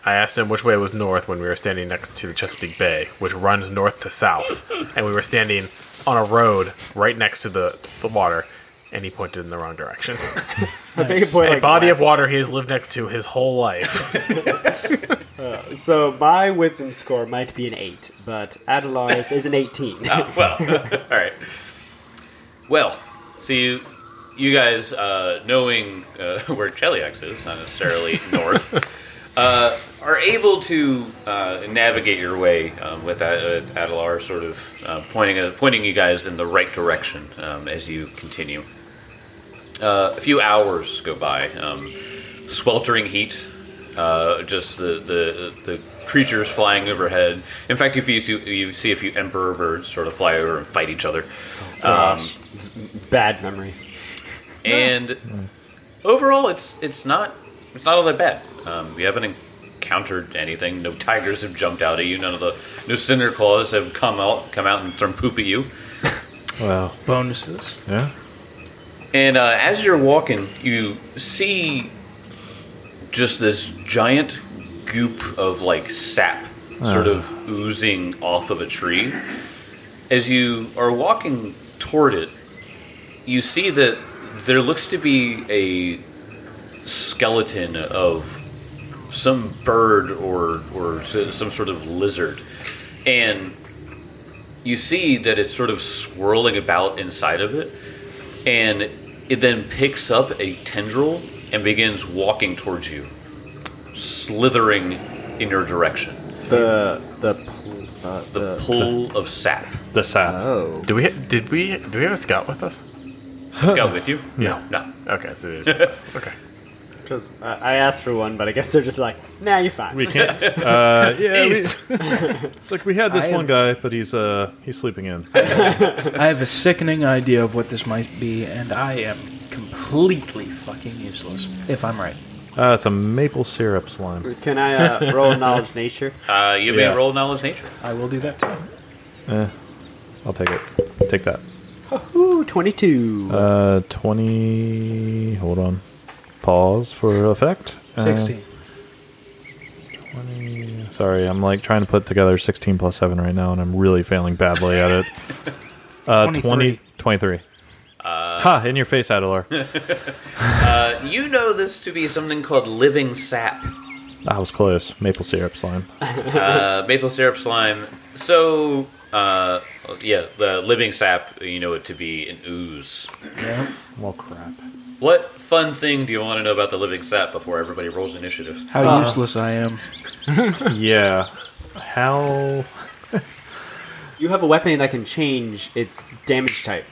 I asked him which way was north when we were standing next to the Chesapeake Bay, which runs north to south, and we were standing on a road right next to the, the water, and he pointed in the wrong direction.
I think it point
a
like
body of
west.
water he has lived next to his whole life.
uh, So my wisdom score might be an eight, but Adelar's is an eighteen.
Oh, well, all right. Well, so you, you guys, uh, knowing uh, where Cheliax is, not necessarily north, uh, are able to uh, navigate your way um, with A- with Adalar sort of uh, pointing uh, pointing you guys in the right direction um, as you continue. Uh, a few hours go by. Um, sweltering heat. Uh, just the, the the creatures flying overhead. In fact, if you see, you see a few emperor birds sort of fly over and fight each other.
Oh,
um,
Bad memories.
and overall, it's it's not it's not all that bad. Um, you haven't encountered anything. No tigers have jumped out at you. None of the no cinder claws have come out come out and thrown poop at you.
Wow.
Bonuses.
Yeah.
And uh, as you're walking, you see just this giant goop of like sap sort of oozing off of a tree. As you are walking toward it, you see that there looks to be a skeleton of some bird or or s- some sort of lizard, and you see that it's sort of swirling about inside of it, and it then picks up a tendril and begins walking towards you. slithering in your direction.
The the pl- uh,
The pool of sap.
The sap.
Oh.
Do we? Did we? Do we have a scout with us?
Let's go with you.
Yeah.
No.
Okay, so there's us. Okay.
Because I I asked for one, but I guess they're just like, nah, you're fine.
We can't. Uh, yeah, we-
East.
it's like we had this
I am-
one guy, but he's uh he's sleeping in.
I have a sickening idea of what this might be, and I am completely fucking useless. If I'm right.
Uh, it's a maple syrup slime.
Can I uh, roll knowledge nature?
Uh, you may
Yeah.
roll knowledge nature.
I will do that too.
Eh, I'll take it. Take that.
Ooh, 22.
Uh, twenty. Hold on. Pause for effect.
Uh-huh.
Uh,
16.
20 Sorry, I'm like trying to put together 16 plus 7 right now, and I'm really failing badly at it. Uh, 20, 23.
Uh,
ha! In your face, Adelar.
Uh, you know this to be something called living sap.
I was close. Maple syrup slime.
uh, maple syrup slime. So, uh, yeah, the living sap, you know it to be an ooze.
Yeah.
Well, crap.
What fun thing do you want to know about the living sap before everybody rolls initiative?
How
Uh-huh.
useless I am.
Yeah. How?
You have a weapon that can change its damage type.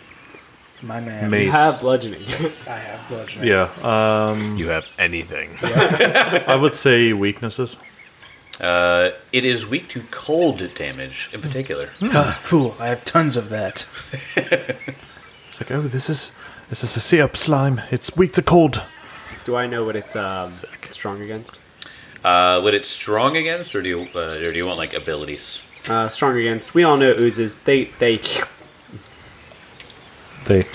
My man.
Mace.
You have bludgeoning.
I have bludgeoning.
Yeah. Um,
You have anything?
I would say weaknesses.
Uh, it is weak to cold damage
Hmm.
in particular.
Ah, fool, I have tons of that.
It's like, oh, this is this is a syrup slime. It's weak to cold.
Do I know what it's um, strong against?
Uh, would it strong against, or do you, uh, or do you want like abilities?
Uh, strong against. We all know oozes. They they
They.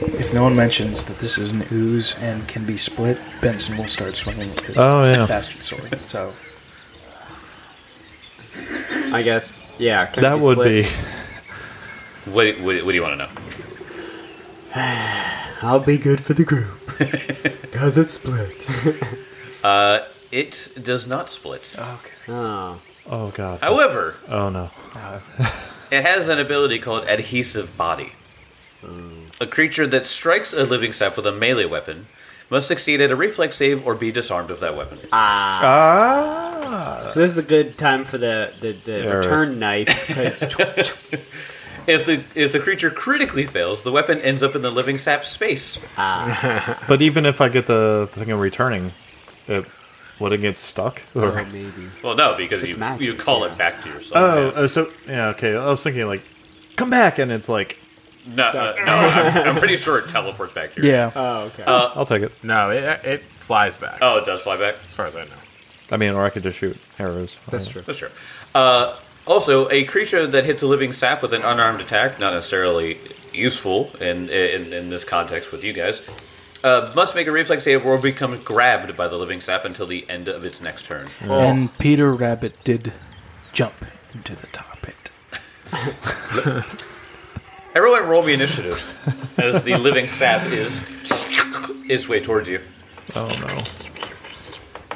If no one mentions that this is an ooze and can be split, Benson will start swinging with his
Oh yeah.
bastard sword. So
I guess. Yeah. Can
That would
split.
be.
What, what, what do you want to know?
I'll be good for the group. Does it split?
Uh, it does not split.
oh.
Oh god.
However,
Oh no.
It has an ability called Adhesive Body.
Hmm.
A creature that strikes a living sap with a melee weapon must succeed at a reflex save or be disarmed of that weapon.
Ah.
So this is a good time for the the, the
Yeah,
return knife because
If the if the creature critically fails, the weapon ends up in the living sap's space.
Ah.
But even if I get the thing of returning, it would it get stuck? Or-
Oh, maybe.
Well, no, because
It's
you
magic,
you call
yeah.
it back to yourself.
oh, oh, so yeah. Okay. I was thinking like, come back, and it's like,
yeah. no, uh, no, Uh, I'm, I'm pretty sure it teleports back to you.
yeah,
Oh okay.
I'll take it.
No, it, it flies back.
Oh, it does fly back.
As far as I know.
I mean, or I could just shoot arrows. That's true.
That's true. Uh, also, a creature that hits a living sap with an unarmed attack, not necessarily useful in in, in this context with you guys, uh, must make a reflex save or become grabbed by the living sap until the end of its next turn.
Mm. and Peter Rabbit did jump into the tar pit.
Oh,
Everyone, roll me initiative as the living sap is is way towards you.
Oh no.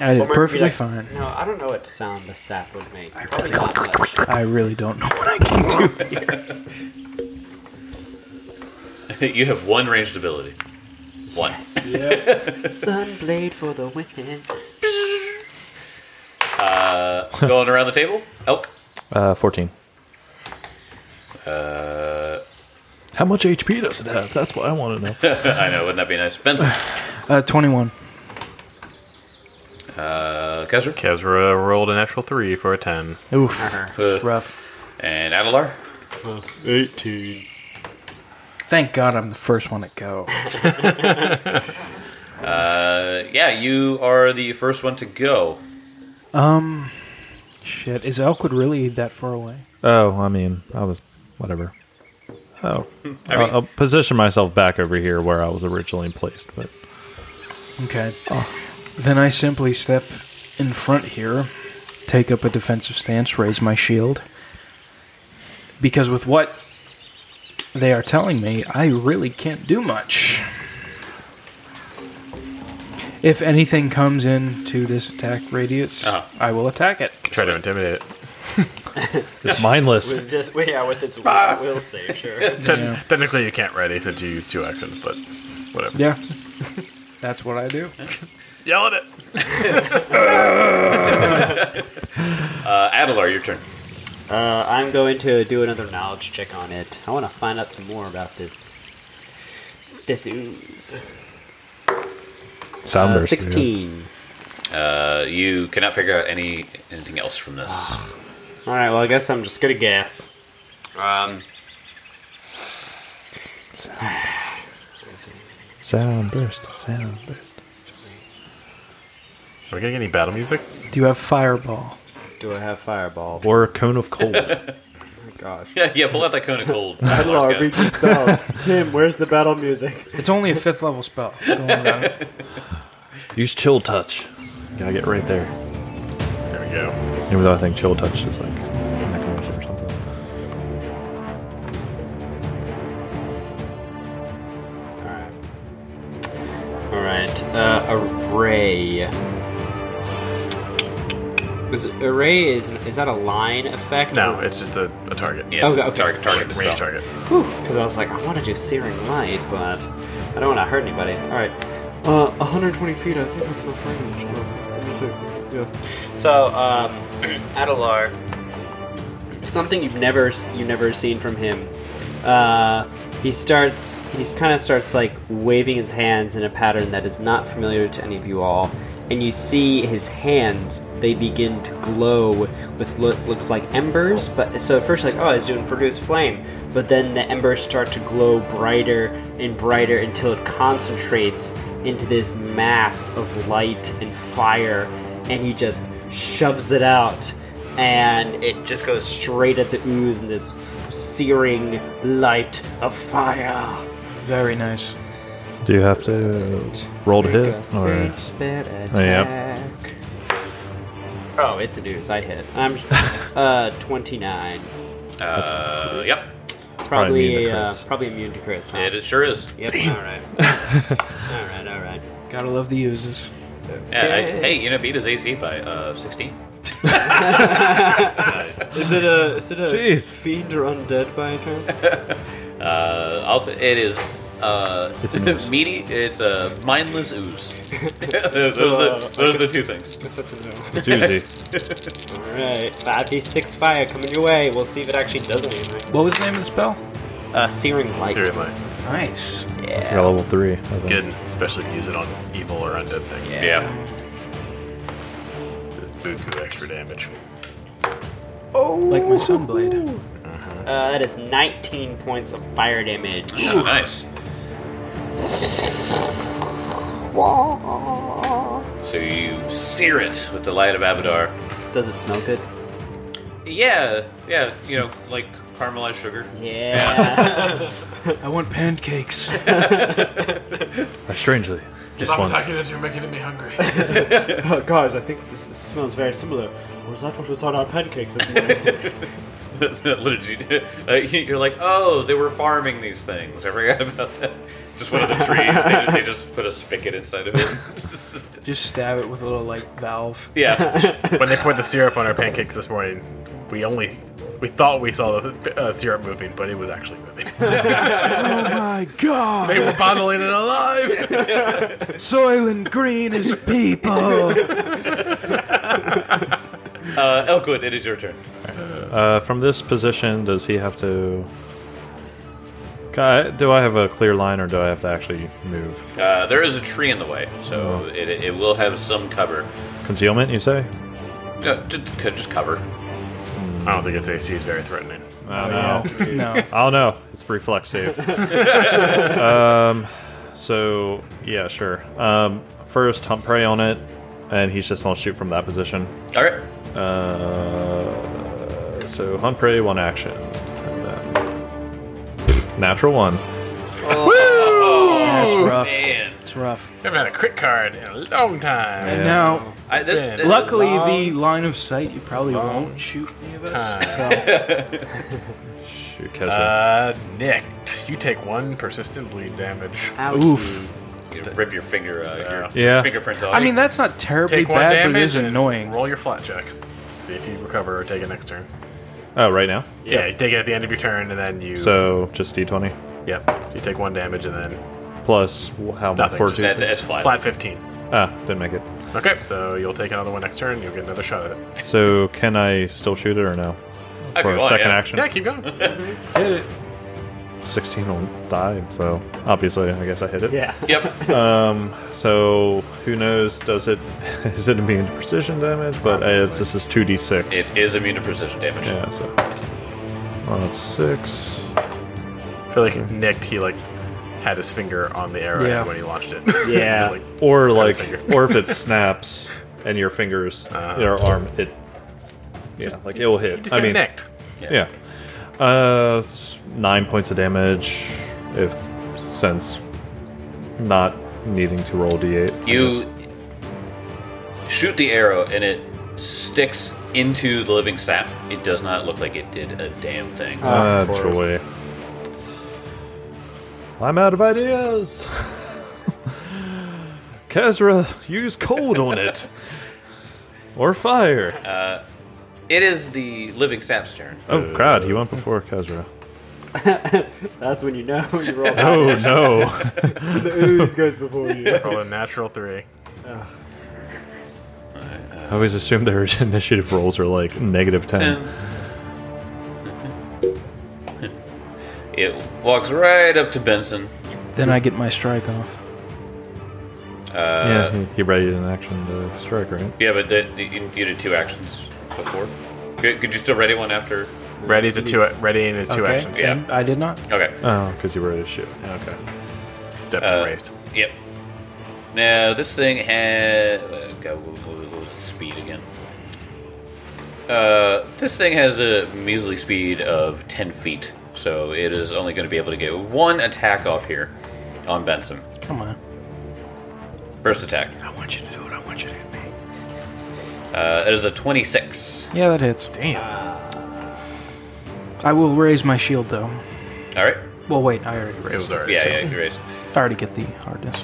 I did
Or maybe
perfectly
like-
fine.
No, I don't know what sound the sap would make.
I really don't know what I can do.
you have one ranged ability. One.
Sunblade for the win.
Uh, going around the table, elk.
Uh, fourteen.
Uh,
How much HP does it have? That's what I want to know.
I know, wouldn't that be nice, Benson?
Uh, 21.
Uh, Kezra
Kezra rolled a natural three for a ten.
Oof.
Uh-huh.
Uh,
Rough.
and Adelar.
Uh,
18.
Thank God I'm the first one to go.
Uh, yeah, you are the first one to go.
Um, shit. Is Elkwood really that far away?
Oh, I mean, I was whatever. Oh, I
mean-
will I'll position myself back over here where I was originally placed, but
Okay.
Oh.
Then I simply step in front here, take up a defensive stance, raise my shield. Because with what they are telling me, I really can't do much. If anything comes into this attack radius,
Uh-huh.
I will attack it.
Try to intimidate it.
it's mindless.
With this, well, yeah, with its will, will save, sure.
Te-
Yeah.
Technically, you can't ready since you use two actions, but whatever.
Yeah. That's what I do.
Yell at it.
Uh, Adelar, your turn.
Uh, I'm going to do another knowledge check on it. I want to find out some more about this. This ooze.
Sound
Uh,
burst, yeah.
16.
Uh, you cannot figure out any anything else from this.
All right. Well, I guess I'm just gonna guess. Um.
Sound burst. Sound burst.
Are we getting any battle music?
Do you have fireball?
Do I have fireball?
Or a cone of cold.
Oh my gosh.
yeah, yeah, pull out that cone of cold.
Lord,
Adelar's
read
got
your spells. Tim, where's the battle music?
It's only a fifth level spell. Don't worry about it.
Use chill touch. Gotta get right there.
There we go.
Even though I think chill touch is like necromancy or something.
All right. All right. Uh, array. Was it- array is is that a line effect?
No, it's just a, a target.
Yeah,
Okay, okay.
target, target the spell.
Range target.
Because I was like, I want to do searing light, but I don't want to hurt anybody. All right. Uh, 120 feet. I think that's enough range. Yes. So, um, Adelar, something you've never s- you've never seen from him. Uh, he starts. He kind of starts like waving his hands in a pattern that is not familiar to any of you all, and you see his hands. They begin to glow with lo- looks like embers. But so at first, like oh, he's doing produce flame. But then the embers start to glow brighter and brighter until it concentrates into this mass of light and fire, and he just shoves it out and it just goes straight at the ooze in this f- searing light of fire.
Very nice.
Do you have to roll to hit? Or Oh, yeah.
Oh, it's an ooze. I hit. I'm uh 29.
Uh, yep,
It's probably
Probably immune to
uh,
crits.
probably immune to crits. Huh?
it sure is.
Yep. All right. all right. All right.
Gotta love the uses.
Yeah, I- hey, you know, beat his AC by uh, 16.
Is it a is it a
Jeez.
fiend or undead by any chance?
Uh, I'll t- it is. Uh,
It's an ooze.
meaty. It's a mindless ooze. those those are the, those are the two things.
It's Uzi.
all right. 5d6 fire coming your way. We'll see if it actually does anything.
What was the name of the spell?
Uh, searing light.
Seriously.
Nice.
It's got level three. I think.
Good. Especially if you use it on evil or undead things.
Yeah.
This buku extra damage.
Like my sunblade.
Uh, that is 19 points of fire damage.
Oh, nice. So you sear it with the light of Abadar.
Does it smell good?
Yeah, yeah. You know, like caramelized sugar.
Yeah.
I want pancakes.
Uh,
I strangely just
Stop
one.
attacking it, you're making me hungry.
Oh, guys, I think this smells very similar. Was that what was on our pancakes this morning?
Liturgy- uh, you- you're like, oh, they were farming these things. I forgot about that. Just one of the trees. they, they just put a spigot inside of it.
Just stab it with a little like valve.
yeah.
when they poured the syrup on our pancakes this morning, we only we thought we saw the uh, syrup moving, but it was actually moving.
Oh my god!
they were fondling it alive.
Soylent Green is people!
Uh, Elkwood, it is your turn.
Uh, from this position, does he have to? Can I- Do I have a clear line, or do I have to actually move? Oh.
Uh, there is a tree in the way, so it, it will have some cover.
Concealment, you say?
Uh, just, just cover.
I don't think its AC is very threatening.
I don't know.
no.
I don't Oh, know. It's a reflex save. um, so yeah, sure. Um, first, hump prey on it, and he's just gonna shoot from that position.
All right.
Uh, so hunt prey one action. And then- Natural one.
That's rough.
Man.
It's rough.
We haven't had a crit card in a long time.
Yeah.
Now,
I, this,
Man.
this-
luckily, the line of sight, you probably won't shoot any of us. So,
Shoot, Kesra.
Uh, Nick, you take one persistent bleed damage.
oof.
you rip your finger, uh, your
Yeah.
fingerprint off.
I mean, that's not terribly
Take one
bad,
damage.
but it is
and
annoying.
Roll your flat check. See if you recover or take it next turn.
oh, right now.
Yeah, you take it at the end of your turn, and then you.
So just d20
Yep. You take one damage, and then
plus wh- how much?
Nothing, just
that,
14.
that's flat.
flat 15.
Ah, didn't make it. Okay.
So you'll take another one next turn. You'll get another shot at it.
So can I still shoot it or no?
If
For
you
a
want,
second
yeah.
action,
Yeah, keep going.
sixteen will die. So obviously, I guess I hit it.
Yeah.
Yep.
Um. So who knows? Does it? Is it immune to precision damage? But uh, it's, this is two d six.
It is immune to precision damage.
Yeah. So. Well, that's six.
I feel like Nick, he like had his finger on the arrow
Yeah.
when he launched it.
Yeah.
Just, like,
Or
Cut his
like,
finger.
or if it snaps, and your fingers,
Uh-huh.
your arm, it. Yeah, like it will hit.
just
I
got
mean,
nicked.
Yeah. Uh, it's nine points of damage, if since not needing to roll d8. I guess.
You shoot the arrow and it sticks into the living sap. It does not look like it did a damn thing.
Ah, joy. I'm out of ideas. Kezra, use cold on it, or fire.
Uh, It is the living sap's turn.
Uh,
oh God, he went before Kezra.
That's when you know you roll.
Oh no.
the ooze goes before you.
Roll a natural three.
I always assume their initiative rolls are like negative 10.
It walks right up to Benson.
Then I get my strike off.
Uh,
yeah, he, he readied an action to strike, right?
Yeah, but that, Uh, you, you did two actions before. Could, could you still ready one after?
Ready is a two. Ready is two
okay.
actions.
Yeah.
then I did not.
Okay.
Oh, because he readied shit.
Okay. Step
Uh,
and raised.
Yep. Now this thing had. Uh, God, what, what- what was the speed again? Uh, this thing has a measly speed of ten feet, so it is only going to be able to get one attack off here on Benson.
Come on.
First attack.
I want you to do it. I want you to hit me.
Uh, it is a twenty-six.
Yeah, that hits.
Damn.
I will raise my shield though.
All right.
Well, wait, I already raised.
It was already.
Yeah,
so-
yeah, you're right.
I already get the hardness.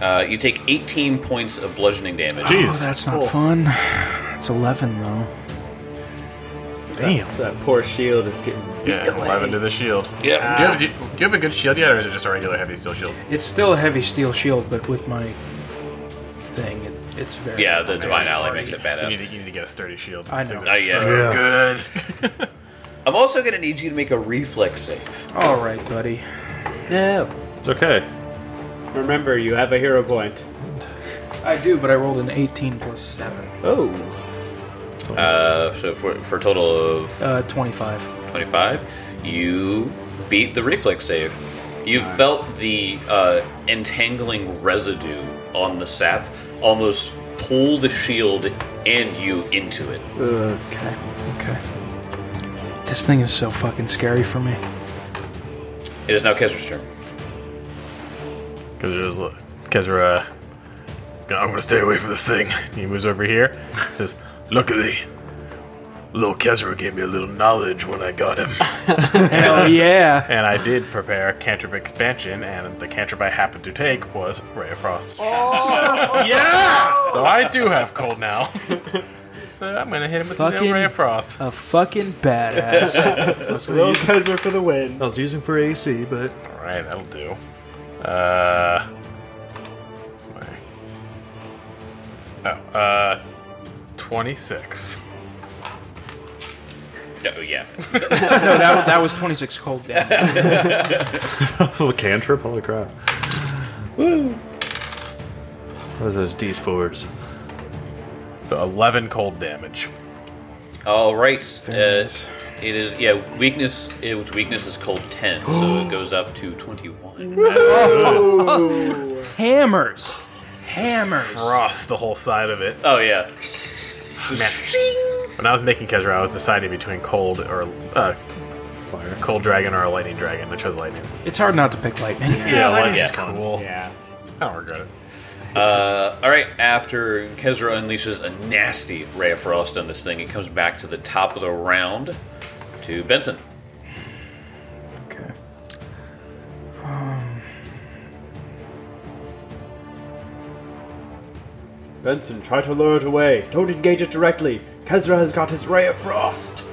Uh, you take 18 points of bludgeoning damage.
Oh, that's not fun. It's eleven though.
That poor shield is getting.
Yeah, eleven to the shield.
Yeah.
Do you, have, do, you, do you have a good shield yet, or is it just a regular heavy steel shield?
It's still a heavy steel shield, but with my thing, it, it's very.
Yeah, the Divine Ally makes it
You need,
badass.
to, you need to get a sturdy shield.
I
These
know.
things are
Oh, yeah.
so
Yeah.
good.
I'm also going to need you to make a reflex save.
All right, buddy.
No.
It's okay.
Remember, you have a hero point.
I do, but I rolled an 18 plus seven.
Oh.
Uh, so for, for a total of
Uh, 25.
25, you beat the reflex save. You felt the uh, entangling residue on the sap almost pull the shield and you into it.
Okay. This thing is so fucking scary for me.
It is now Kesra's turn.
Because Kezra, uh, I'm gonna stay away from this thing. He moves over here. Says,
Luckily, little Kezra gave me a little knowledge when I got him.
Hell yeah.
and I did prepare cantrip expansion, and the cantrip I happened to take was Ray of Frost. yeah! So I do have cold now. so I'm gonna hit him with the
Fucking-
Ray of Frost.
A fucking badass.
Little Kezra for the win.
I was using for AC, but
All right, that'll do. Uh, what's my? Oh, uh, twenty-six.
Oh, yeah.
no, that, that was 26 cold damage.
a cantrip. Holy crap! Woo! What are those D's fours?
So eleven cold damage.
All right. Uh,
nice.
it is yeah. Weakness. It, which weakness is cold ten, so it goes up to twenty one.
Hammers. Hammers.
Frost the whole side of it.
Oh yeah.
Man. When I was making Kezra, I was deciding between cold or uh, fire, cold dragon or a lightning dragon. I chose lightning.
It's hard not to pick lightning.
Yeah,
lightning's
cool.
Yeah.
I don't regret it.
Uh, all right. After Kezra unleashes a nasty ray of frost on this thing, it comes back to the top of the round to Benson.
Okay. Um,
Um. Benson, try to lure it away. Don't engage it directly. Kezra has got his ray of frost.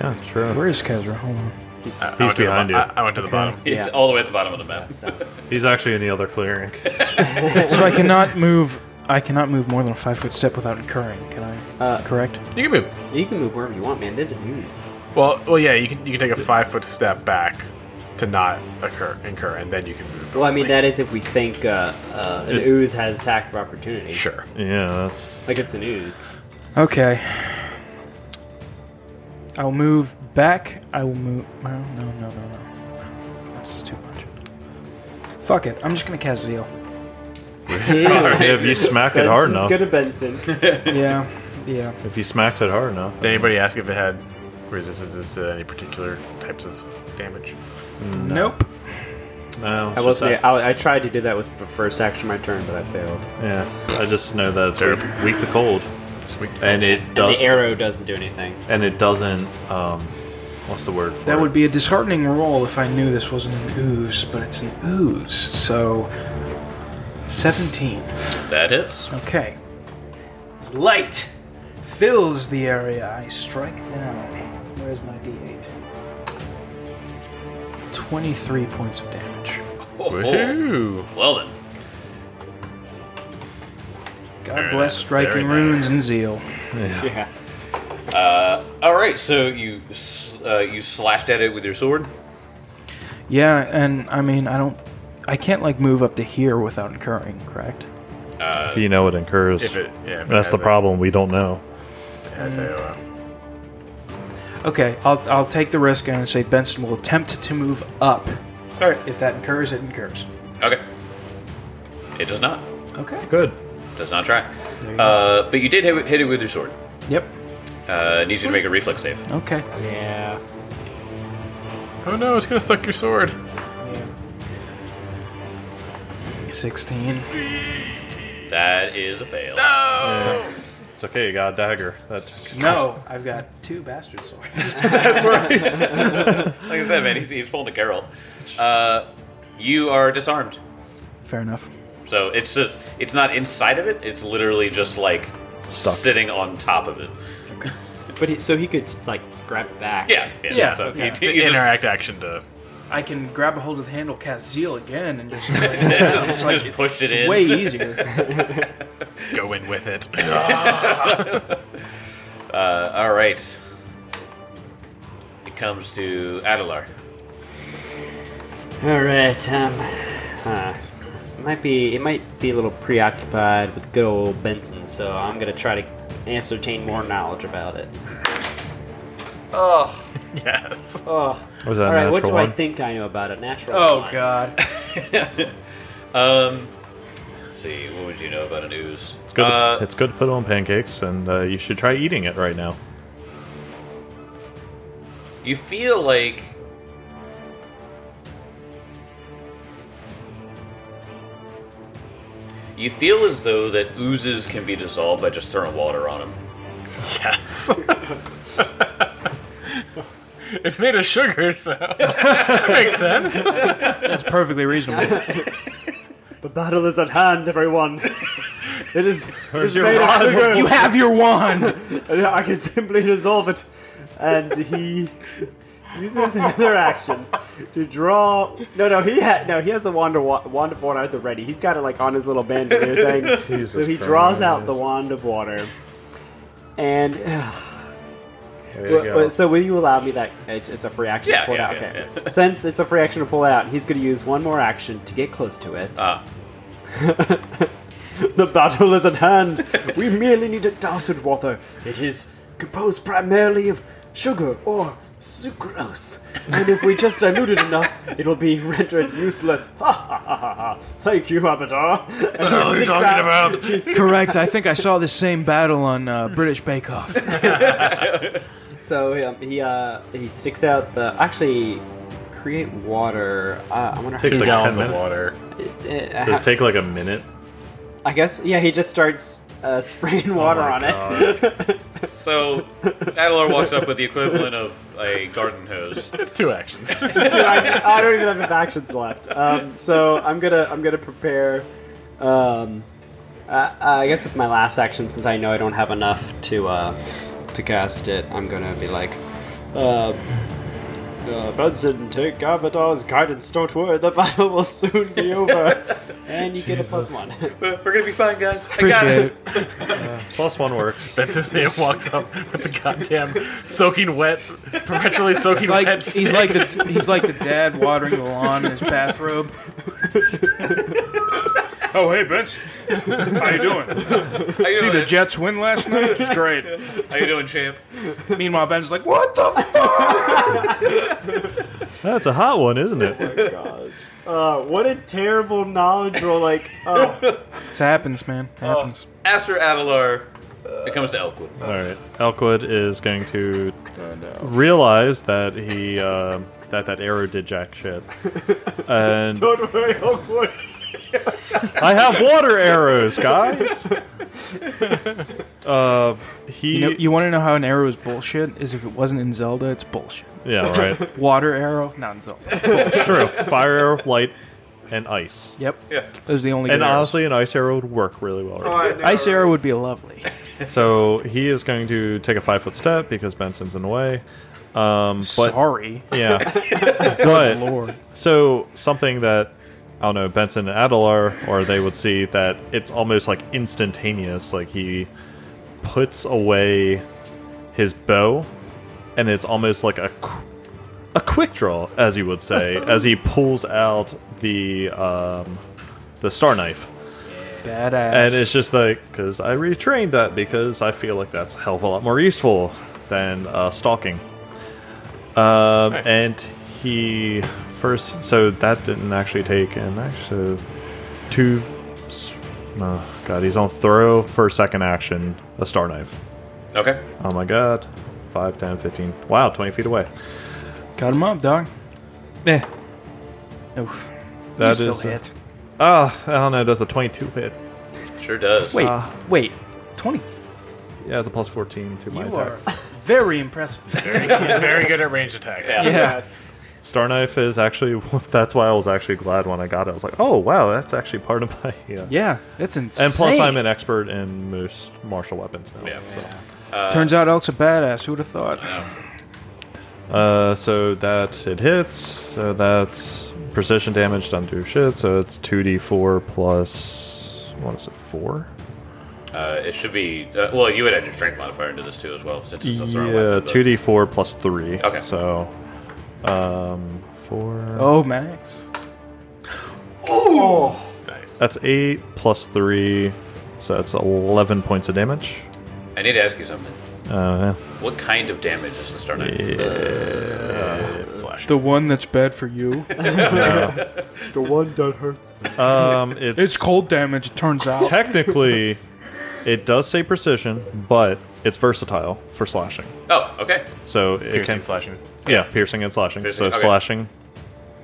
Yeah, sure.
where is Kezra? Hold on.
He's
I went to the
behind
bo-
you.
I, I went to the bottom.
It's all the way at the bottom of the map.
He's actually in the other clearing.
So I cannot move I cannot move more than a five foot step without incurring. Can I?
Uh,
correct.
You can move.
You can move wherever you want, man. There's news.
Well, well, yeah. You can you can take a five foot step back to not occur incur, and then you can move.
Well, I mean, that is if we think uh, uh, an ooze has attack of opportunity.
sure.
Yeah, that's
Like it's an ooze.
Okay. I'll move back. I will move. Well, no, no, no, no. That's too much. Fuck it. I'm just gonna cast Zeal.
if you smack it hard enough.
good at Benson.
yeah, yeah.
If he smacks it hard enough.
Did anybody ask if it had resistances to any particular types of damage?
Nope.
No, it's
I
just
wasn't.
that-
I, I tried to do that with the first action of my turn, but I failed.
Yeah, I just know that it's weak, weak to cold,
Sweet.
and it
And
does,
the arrow doesn't do anything.
and it doesn't. Um, what's the word? For
That
it?
would be a disheartening roll if I knew this wasn't an ooze, but it's an ooze. So, seventeen.
That hits.
Okay. Light fills the area. I strike down. Where's my d8? 23 points of damage.
Oh,
Woohoo!
oh. Well then.
God bless striking
very
runes
nice.
and zeal.
Yeah.
Uh, All right, so you s- uh, you slashed at it with your sword.
Yeah, and I mean, I don't. I can't, like, move up to here without incurring, correct?
if you know it incurs.
If it, yeah, if it
that's the
has a-
problem. We don't know.
has
Mm.
a, uh,
Okay, I'll, I'll take the risk and say Benson will attempt to move up. Alright. If that incurs, it incurs.
Okay. It does not.
Okay.
Good.
Does not try. Uh, but you did hit, it- hit it with your sword.
Yep.
Uh, it needs you to make a reflex save.
Okay.
Yeah.
oh no, it's gonna suck your sword.
16.
That is a fail.
It's okay. You got a dagger. That's
No, I've got two bastard swords.
Like I said, man, he's, he's pulling the Carol. Uh, you are disarmed.
Fair enough.
So it's just it's not inside of it. It's literally just like
Stuck.
sitting on top of it.
But he, so he could like grab it back.
Yeah. Yeah.
Yeah,
so
yeah.
You, you just,
Interact action to
I can grab a hold of the handle, cast Zeal again, and just.
just, just pushed it in.
way easier.
go in with it.
Uh, all right. It comes to Adelar.
All right. Um. Huh. This might be. It might be a little preoccupied with good old Benson, so I'm gonna try to ascertain more knowledge about it. Oh.
yes.
Oh.
Was that a
All right. What do
natural
I
one?
think I know about it? Natural.
oh
one.
god.
Um, let's see. What would you know about an ooze?
it's good.
Uh,
it's good to put on pancakes, and uh, you should try eating it right now.
you feel like you feel as though that oozes can be dissolved by just throwing water on them.
Yes. it's made of sugar, so makes sense.
That's perfectly reasonable.
The battle is at hand, everyone. It is. it is made of sugar.
you have your wand!
And I can simply dissolve it. And he uses another action to draw. No, no, he ha- no, he has the wand of, wa- wand of water at the ready. He's got it like on his little bandolier thing. so he draws out the wand of water. And
There you
Well,
go.
so will you allow me that it's, it's a free action
Yeah,
to pull
yeah,
it out?
yeah,
okay. Since it's a free action to pull out, he's going to use one more action to get close to it.
Ah,
The battle is at hand. we merely need to douse it with water. It is composed primarily of sugar or sucrose. And if we just dilute it enough, it will be rendered useless. Ha ha ha ha ha. Thank you, Abadar. What the
hell are you talking about?
Correct, I think I saw this same battle on uh, British Bake Off.
So um, he uh, he sticks out the actually create water. Uh, I wonder
Takes
Two
like
gallons of
10 minutes.
water.
how, it, uh,
Does it take like a minute?
I guess yeah. He just starts uh,
Oh
spraying water on it.
so Adelar walks up with the equivalent of a garden hose.
Two actions.
Dude, I, I don't even have enough actions left. Um, so I'm gonna I'm gonna prepare. Um,
uh, I guess with my last action, since I know I don't have enough to uh, to cast it, I'm gonna be like, uh,
Uh, Benson, take Avatar's guidance. Don't worry, the battle will soon be over. and you get a plus one.
We're gonna be fine, guys.
Appreciate it. Uh, plus one works.
Benson it walks up with the goddamn soaking wet, perpetually soaking
Like
wet.
he's like the he's like the dad watering the lawn in his bathrobe.
Oh, hey, Vince. How you doing?
How you
See the
doing?
Jets win last night? It's great.
How you doing, champ?
Meanwhile, Ben's like, "What the?" F-?
That's a hot one, isn't it?
Uh, what a terrible knowledge roll. Like, oh,
This happens, man.
Oh.
It happens.
After Avalar, it comes to Elkwood.
All right. Elkwood is going to realize that he um that that arrow did jack shit, and
don't worry, Oakwood.
I have water arrows, guys. Uh, he,
You know, you want to know how an arrow is bullshit? Is if it wasn't in Zelda, it's bullshit.
yeah, right.
Water arrow, not in Zelda.
True. Fire arrow, light, and ice.
Yep.
Yeah.
Those are the only.
And
good arrows.
honestly, an ice arrow would work really well. Right now.
Ice arrow would be lovely.
So he is going to take a five foot step because Benson's in the way. Um, but
Sorry,
yeah, but
Lord.
so something that I don't know Benson and Adelar or they would see that it's almost like instantaneous. Like he puts away his bow, and it's almost like a qu- a quick draw, as you would say, as he pulls out the um, the star knife.
Badass.
And it's just like, because I retrained that because I feel like that's a hell of a lot more useful than uh, stalking. Um, And he first, so that didn't actually take an action. So two, s- no, God, he's on throw for a second action, a star knife.
Okay.
Oh my God. 5, 10, 15. Wow, 20 feet away.
got him up, dog.
Eh,
Oof.
that
you still
is.
hit.
Ah, I don't know, does a 22 hit?
Sure does.
Wait,
Ah.
wait. Twenty.
Yeah, it's a plus 14 to my
You are
attacks.
very impressive.
he's very good at range attacks.
Yeah.
Yes.
Star knife is actually that's why I was actually glad when I got it. I was like, oh wow, that's actually part of my. Uh,
Yeah, that's insane.
And plus, I'm an expert in most martial weapons now.
Yeah. Uh,
Turns out Elk's a badass. Who'd have thought?
So. Uh, so that it hits. So that's precision damage done to shit. So it's two d four plus what is it four?
Uh, it should be. Uh, well, you would add your strength modifier into this too as well, since it's a thrown
Yeah,
weapon, but-
two d four plus three.
Okay.
So, um, four.
Oh, Max.
Oh! That's eight plus three. So that's eleven points of damage.
I need to ask you something.
Uh,
What kind of damage is the Star Knight?
The one that's bad for you.
The one that hurts.
um, it's
it's cold damage, it turns out.
technically it does say precision but it's versatile for slashing
Oh, okay.
so it can
slashing.
yeah piercing and slashing
Piercing,
so
okay.
slashing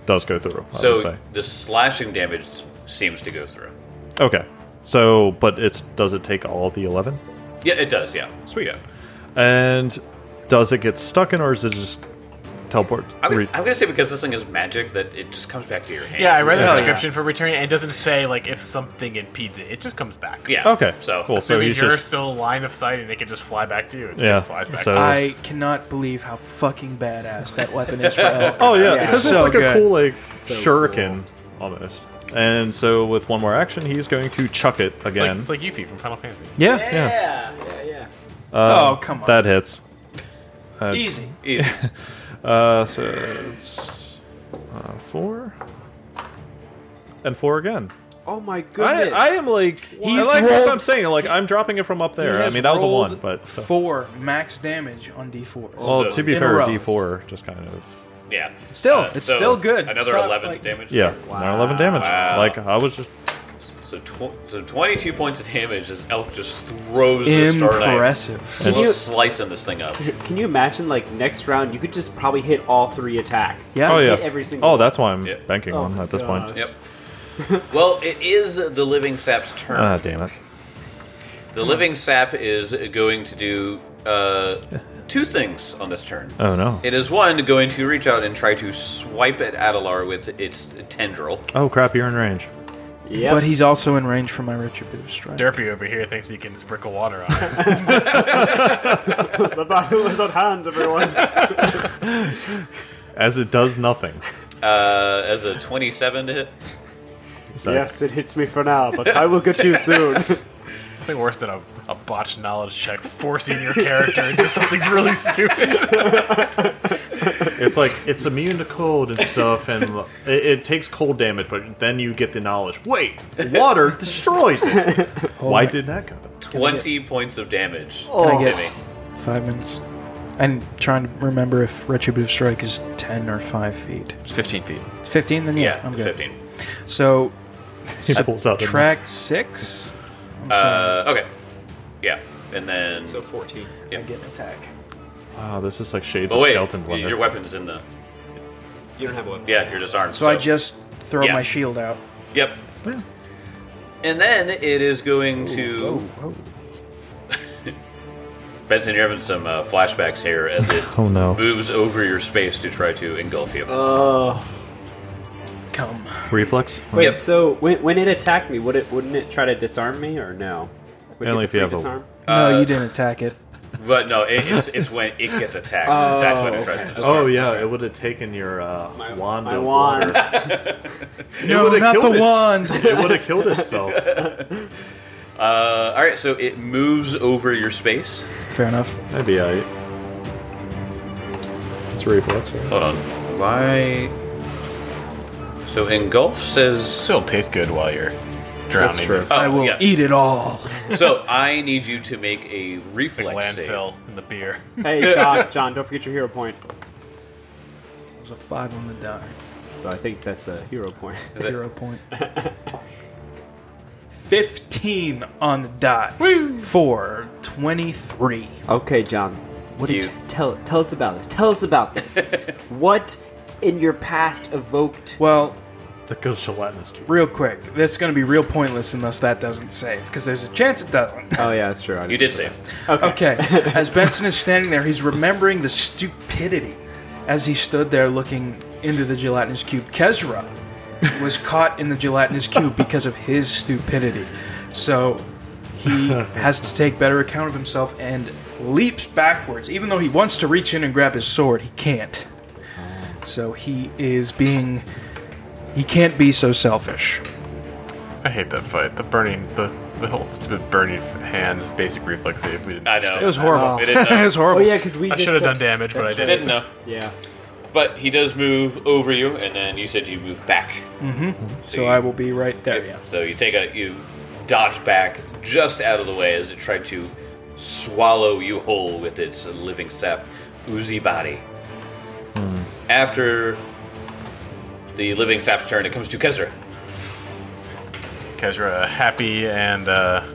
does go through I would
So
say.
the slashing damage seems to go through.
okay so but it's does it take all the 11
Yeah, it does. Yeah. Sweet. Yeah.
and does it get stuck in or is it just teleport
I'm,
Re-
gonna, I'm gonna say because this thing is magic that it just comes back to your hand.
Yeah, I read the
Yeah.
description for returning, and it doesn't say like if something impedes it. It just comes back.
Yeah.
okay
So
cool
So,
so he's
you're
just
still line of sight, and it can just fly back to you. It just
Yeah,
flies back.
so-
I cannot believe how fucking badass that weapon is for Elk.
Oh yeah,
Yeah.
this is
So
like
good.
a cool like
So
shuriken almost. And so with one more action, he's going to chuck it
It's like,
again.
it's like Yuffie from Final Fantasy.
yeah, yeah.
yeah, yeah.
Uh,
Oh, come on.
That hits.
Easy.
Easy.
Uh, so it's uh, four and four again.
Oh my
I,
goodness.
I am like I like what I'm saying. Like I'm dropping it from up there. I mean that was a one, but still.
Four max damage on D4.
well, to be
Oh, in a
fair,
row.
D4 just kind of
yeah.
Still,
Uh,
it's
so
still good.
Another
Stop,
eleven
like-
damage.
yeah, now 11 damage.
Wow.
Like I was just
So, tw- so 22 points of damage as Elk just throws the Star Knight.
Impressive.
Can
Slow
you-
slicing this thing up.
Can you imagine, like, next round, you could just probably hit all three attacks?
Yeah.
oh yeah
hit every single
oh that's why I'm
Yeah.
banking
Oh
on
my
at this point.
gosh.
Yep. Well, it is the living sap's turn.
Ah damn it.
the living sap is going to do uh, two things on this turn.
Oh no.
It is one going to reach out and try to swipe at Adelar with its tendril.
Oh crap, you're in range.
Yep.
But he's also in range for my retributive strike.
Derpy over here thinks he can sprinkle water on it.
the battle is at hand, everyone.
as it does nothing.
Uh, as a 27 to hit.
So,
Yes, it hits me for now, but I will get you soon.
Nothing worse than a, a botched knowledge check forcing your character into something really stupid.
It's like it's immune to cold and stuff, and it, it takes cold damage, but then you get the knowledge. Wait, water destroys it. Why
on.
did that happen?
20 points of damage.
Oh. Can I get
Timmy.
five minutes? I'm trying to remember if retributive strike is ten or five feet.
It's 15 feet.
It's fifteen, then yeah,
Yeah,
I'm
it's
good.
15.
So
He pulls out the-
track six. I'm
Uh, okay. Yeah. And then.
So 14.
yeah.
get an attack.
Wow, Ah, this is like shades
But
of
wait,
skeleton blender.
your weapon's in the.
You don't have one.
Yeah, you're disarmed.
So, I just throw
Yeah.
my shield out.
Yep. And then it is going to. Benson, you're having some uh, flashbacks here as it
oh no! Uh.
moves over your space to try to engulf you.
Come.
Reflex.
Uh, Wait,
Yep.
so when, when it attacked me, would it wouldn't it try to disarm me or no? Would it
Only
get
if you
the
have a-
free disarm?
no,
Uh,
you didn't attack it.
but no, it, it's, it's when it gets attacked. that's when it tries to disarm.
Oh yeah, it would have taken your uh,
My-
wand.
my
of
wand.
water.
No,
would've
not
killed
the
it.
wand.
it would have killed itself.
Uh, all right, so it moves over your space.
Fair enough.
That'd be alright. It's a reflex. right?
Hold on. Why? So engulf says.
Still tastes good while you're drowning. That's true.
Oh,
I will
yeah.
eat it all.
so I need you to make a
Like
reflex save.
landfill and the beer.
hey, John, John, don't forget your hero point.
There's a five on the die.
So I think that's a hero point.
Hero point. Fifteen on the dot. Woo! For twenty-three.
Okay, John, what
You-
did tell tell us about this? Tell us about this. what in your past evoked?
Well,
The good gelatinous. tube.
real quick, this is going to be real pointless unless that doesn't save, because there's a chance it doesn't.
Oh yeah, that's true. I
You did save.
Okay. As Benson is standing there, he's remembering the stupidity as he stood there looking into the gelatinous cube. Kesra was caught in the gelatinous cube because of his stupidity. So he has to take better account of himself and leaps backwards. Even though he wants to reach in and grab his sword, he can't. So he is being. He can't be so selfish.
I hate that fight. The burning, the, the whole stupid burning hands, basic reflex save. We didn't.
I know.
It was horrible.
We didn't
it
know.
was horrible.
Oh yeah, because we
I
just
should have
said-
done damage, but I
That's
didn't.
didn't know.
Yeah.
But he does move over you, and then you said you move back.
So I will be right there. Yeah.
So you take a you dodge back just out of the way as it tried to swallow you whole with its living sap oozy body.
Hmm.
After the living sap's turn, it comes to Kesra.
Kezra, uh, happy and uh,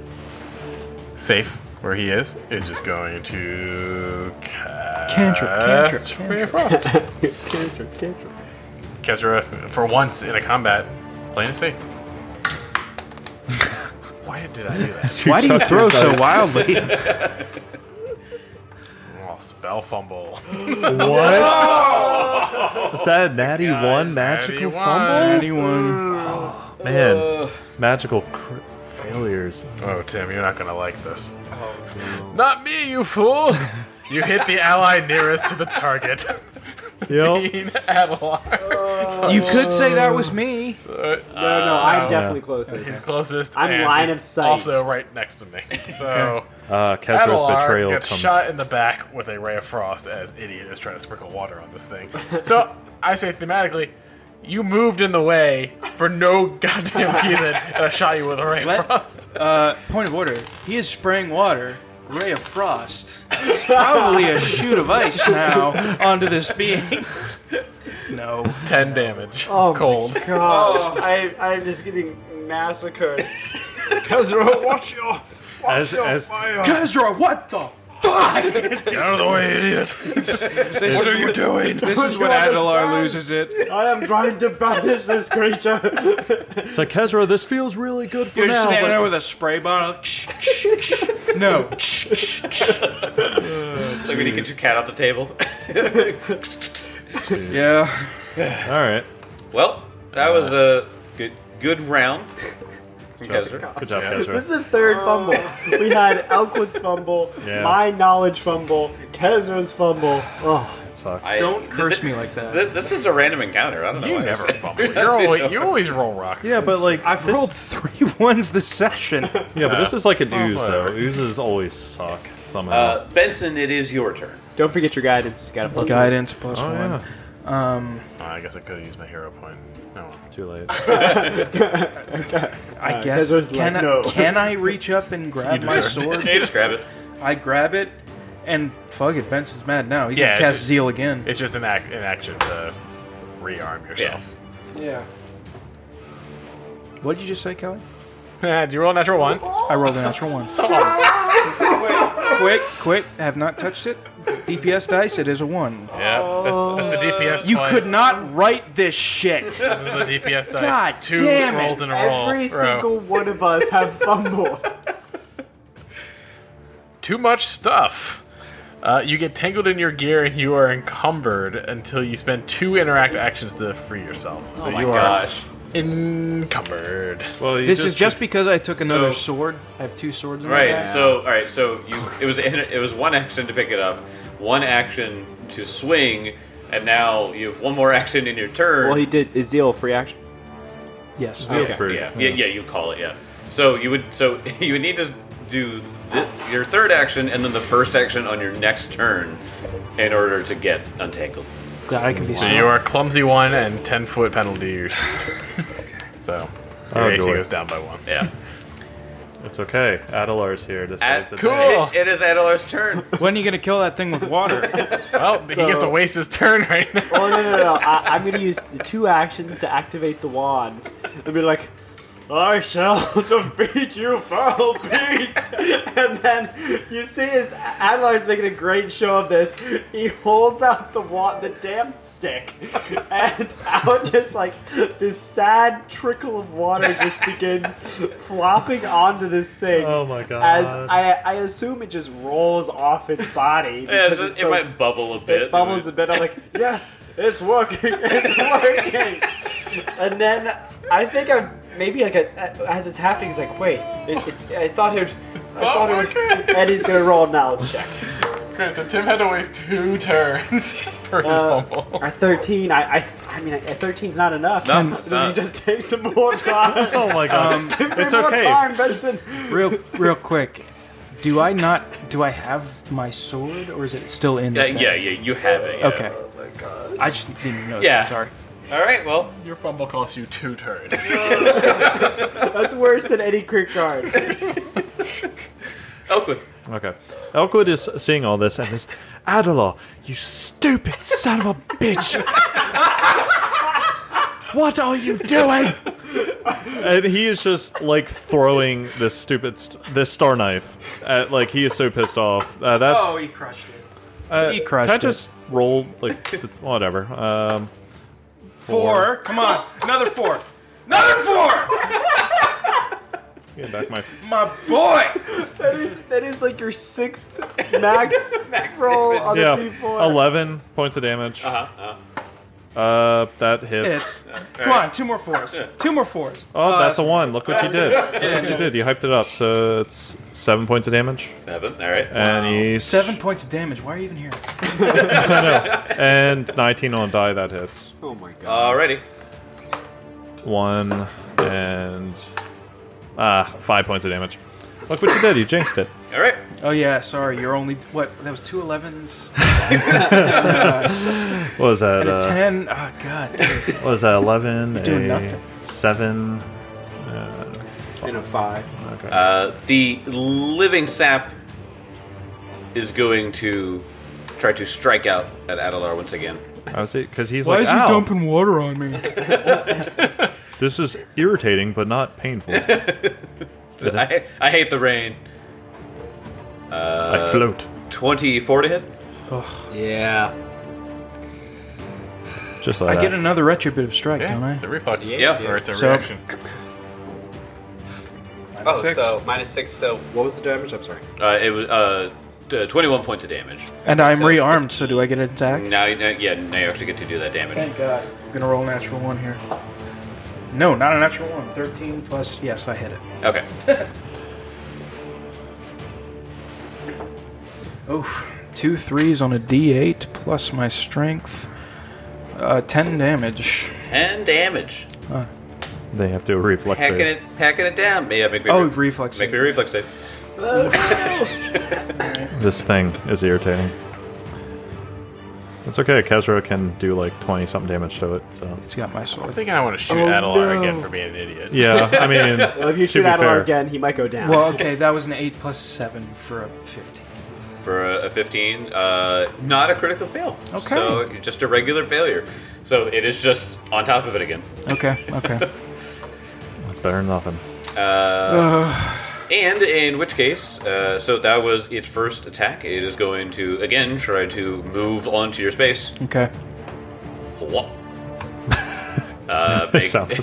safe where he is, is just going to cast
Cantrip, cantrip,
Ray of Frost.
Cantrip, cantrip.
Kezra, for once in a combat, playing it safe. Why did I do that?
Why do you
Chuck
throw
your
so
dice.
wildly?
Oh, spell fumble.
What? Is that a natty one magical
Natty one.
Anyone?
fumble? Man, magical cr- failures.
Oh, Tim, you're not gonna like this.
Oh,
Not me, you fool! You hit the ally nearest to the target.
Yep.
Being Adelar.
You could say that was me.
Oh. No, no, I'm definitely
He's
closest.
uh, closest.
I'm
and
line
he's
of sight.
Also, right next to me. So,
Uh, Kesra's
Adelar
betrayal
gets
comes.
shot in the back with a ray of frost as idiot is trying to sprinkle water on this thing. So, I say thematically, you moved in the way for no goddamn reason, and I shot you with a ray
Let-
of frost.
Uh, point of order. He is spraying water, ray of frost, probably a shoot of ice now onto this being. No.
Ten damage.
Oh my
cold.
Oh,
Gosh, I, I'm just getting massacred. Kezro, watch your, watch
As-
your
as-
fire.
Ezra, what the fuck?
Get out of the way, idiot! what are you doing?
This is when
understand.
Adelar loses it.
I am trying to banish this creature.
It's like, Kesra, this feels really good for
You're
now.
standing
but-
there with a spray bottle. no.
Like when you get your cat off the table.
Yeah.
All right.
well, that was a good good round from Kesra.
Good job,
This
Kesra.
is the third
Oh.
fumble. We had Elkwood's fumble,
Yeah.
my knowledge fumble, Kezra's fumble. Oh, it's
sucks.
I-
Don't
th-
curse
th-
me like that.
th- this is a random encounter. I don't know.
You
why I
never
said-
fumble. You're always, you always roll rocks.
Yeah, but like
I've
this,
rolled three ones this session.
Yeah, but this is like an
Oh,
ooze
whatever.
though. Oozes always suck somehow.
Uh, Benson, it is your turn.
Don't forget your guidance. You got a plus one.
Guidance plus
oh
one.
yeah,
Um,
Oh, I guess I could have used my hero point. No.
too late.
Uh,
Uh,
I
Uh,
guess
Kezra's
can
like,
I,
"No."
can I reach up and grab my
deserve
sword?
you just grab it.
I grab it, and fuck it, Benson's mad now. He's
Yeah,
gonna
it's
cast
just-
Zeal again.
It's just an, ac- an action to rearm yourself.
Yeah. What did you just say, Kelly?
Did you roll a natural one?
I rolled a natural one. quick, quick, quick! I have not touched it. DPS dice. It is a one.
Yeah. That's, that's the DPS.
Oh. You
twice.
could not write this shit.
The DPS dice.
God
Two
damn it.
rolls in a roll.
Every
row.
single one of us have fumble.
Too much stuff. Uh, you get tangled in your gear and you are encumbered until you spend two interact actions to free yourself. So
Oh my
you are
gosh.
encumbered.
well, you
This is just because I took another
So-
sword. I have two swords. In my
Right.
bag.
So, all right. So you, it was it was one action to pick it up, one action to swing, and now you have one more action in your turn.
well, he did. Is Zeal a free action?
Yes.
feels
yeah,
free,
yeah,
yeah.
yeah, yeah, You call it. Yeah. So you would so you would need to do th- your third action and then the first action on your next turn in order to get untangled.
Glad I can be.
So you are clumsy one and ten foot penalty. to your speed. so your
Oh,
AC
joy.
goes down by one.
Yeah.
it's okay. Adelar's here to save
At-
the
cool.
day.
It- it is Adelar's turn.
When are you gonna kill that thing with water?
Oh.
Well, he gets to waste his turn right now.
Oh no no no! I, I'm gonna use the two actions to activate the wand and be like, "I shall defeat you, foul beast!" And then you see, as Adelar's making a great show of this, he holds out the wand, the damn stick, and out just like this sad trickle of water just begins flopping onto this thing.
Oh my god.
As I, I assume it just rolls off its body.
Yeah,
because
it's-
it's
it
so
might bubble a bit.
it bubbles a bit. I'm like, yes, it's working, it's working. and then I think I'm maybe like a, as it's happening, he's like, wait, it, it's. I thought it. I thought
Oh
it would. And he's gonna roll a knowledge check.
Great, so Tim had to waste two turns for his
Uh,
fumble.
At 13, I, I, st- I mean, at 13's not enough.
No, it's
Does he
not.
just take some more time?
oh my god.
Give me
it's
more
okay.
time, Benson.
real, real quick. Do I not? Do I have my sword, or is it still in? The
Yeah,
thing?
yeah, yeah, you have it. yeah. uh,
Okay. I just didn't know.
Yeah.
That. Sorry.
All right, well,
Your fumble costs you two turns.
That's worse than any crit guard.
Oakwood.
Okay. Elkwood is seeing all this and is, Adelar, you stupid son of a bitch! what are you doing? And he is just like throwing this stupid, st- this star knife. At, like he is so pissed off. Uh, that's
Oh, he crushed it.
uh,
he crushed
Can I
it.
just roll like th- whatever? Um,
Four. Come on, another four. Another four.
get back my
My boy.
that is that is like your sixth max, roll on
yeah,
the d4.
eleven points of damage.
Uh-huh, uh-huh.
Uh, that hits.
It's, come on, two more fours. Two more fours.
Oh, that's a one. Look what you did. Look what you did. You hyped it up. So it's seven points of damage.
Seven. All right.
And you
Seven points of damage. Why are you even here?
and 19 on die that hits.
Oh my god.
Alrighty.
One and ah, five points of damage. Look what you did. You jinxed it.
All right.
Oh yeah, sorry. You're only what? That was two elevens
What was that?
and a
Uh,
ten. Oh god. dude.
what was that? 11,
doing
a
nothing. Uh,
seven.
And a five.
Okay.
Uh, the living sap is going to try to strike out at Adelar once again.
I was because he's like, Ow,
water on me?
this is irritating but not painful.
I, I hate the rain. Uh,
I float.
Twenty-four to hit.
Yeah.
Just like
I
that.
get another retributive strike, don't
yeah,
I?
it's a reflex.
Yeah.
Or it's a
So-
reaction.
oh, so minus six. So what was the damage? I'm sorry.
Uh, it was uh, t- twenty-one points of damage.
And I'm
so
rearmed, so do I get an attack?
Now, you- now- yeah, now you actually get to do that damage.
Thank God. I'm gonna roll a natural one here. No, not a natural one. 13 plus. Yes, I hit it.
Okay.
Oh, two two threes on a D8 plus my strength. Uh, 10 damage.
And damage.
They have to reflex
Hacking
save.
it, hacking it down. Yeah, make me
Oh, reflex
Make me a reflex save.
This thing is irritating. It's okay. Kezra can do like twenty something damage to it. So
He's got my sword.
I think I want to shoot
Oh,
Adelar
no.
again for being an idiot.
yeah, I mean,
Well, if you
to
shoot
be fair,
Adelar again, he might go down.
Well, okay, that was an 8 plus 7 for a 15.
for a, a 15. Uh, not a critical fail.
Okay.
So just a regular failure. So it is just on top of it again.
Okay, okay.
it's better than nothing.
Uh, And in which case, uh, so that was its first attack. It is going to again try to move onto your space.
okay.
Whop. Uh, make,
Sounds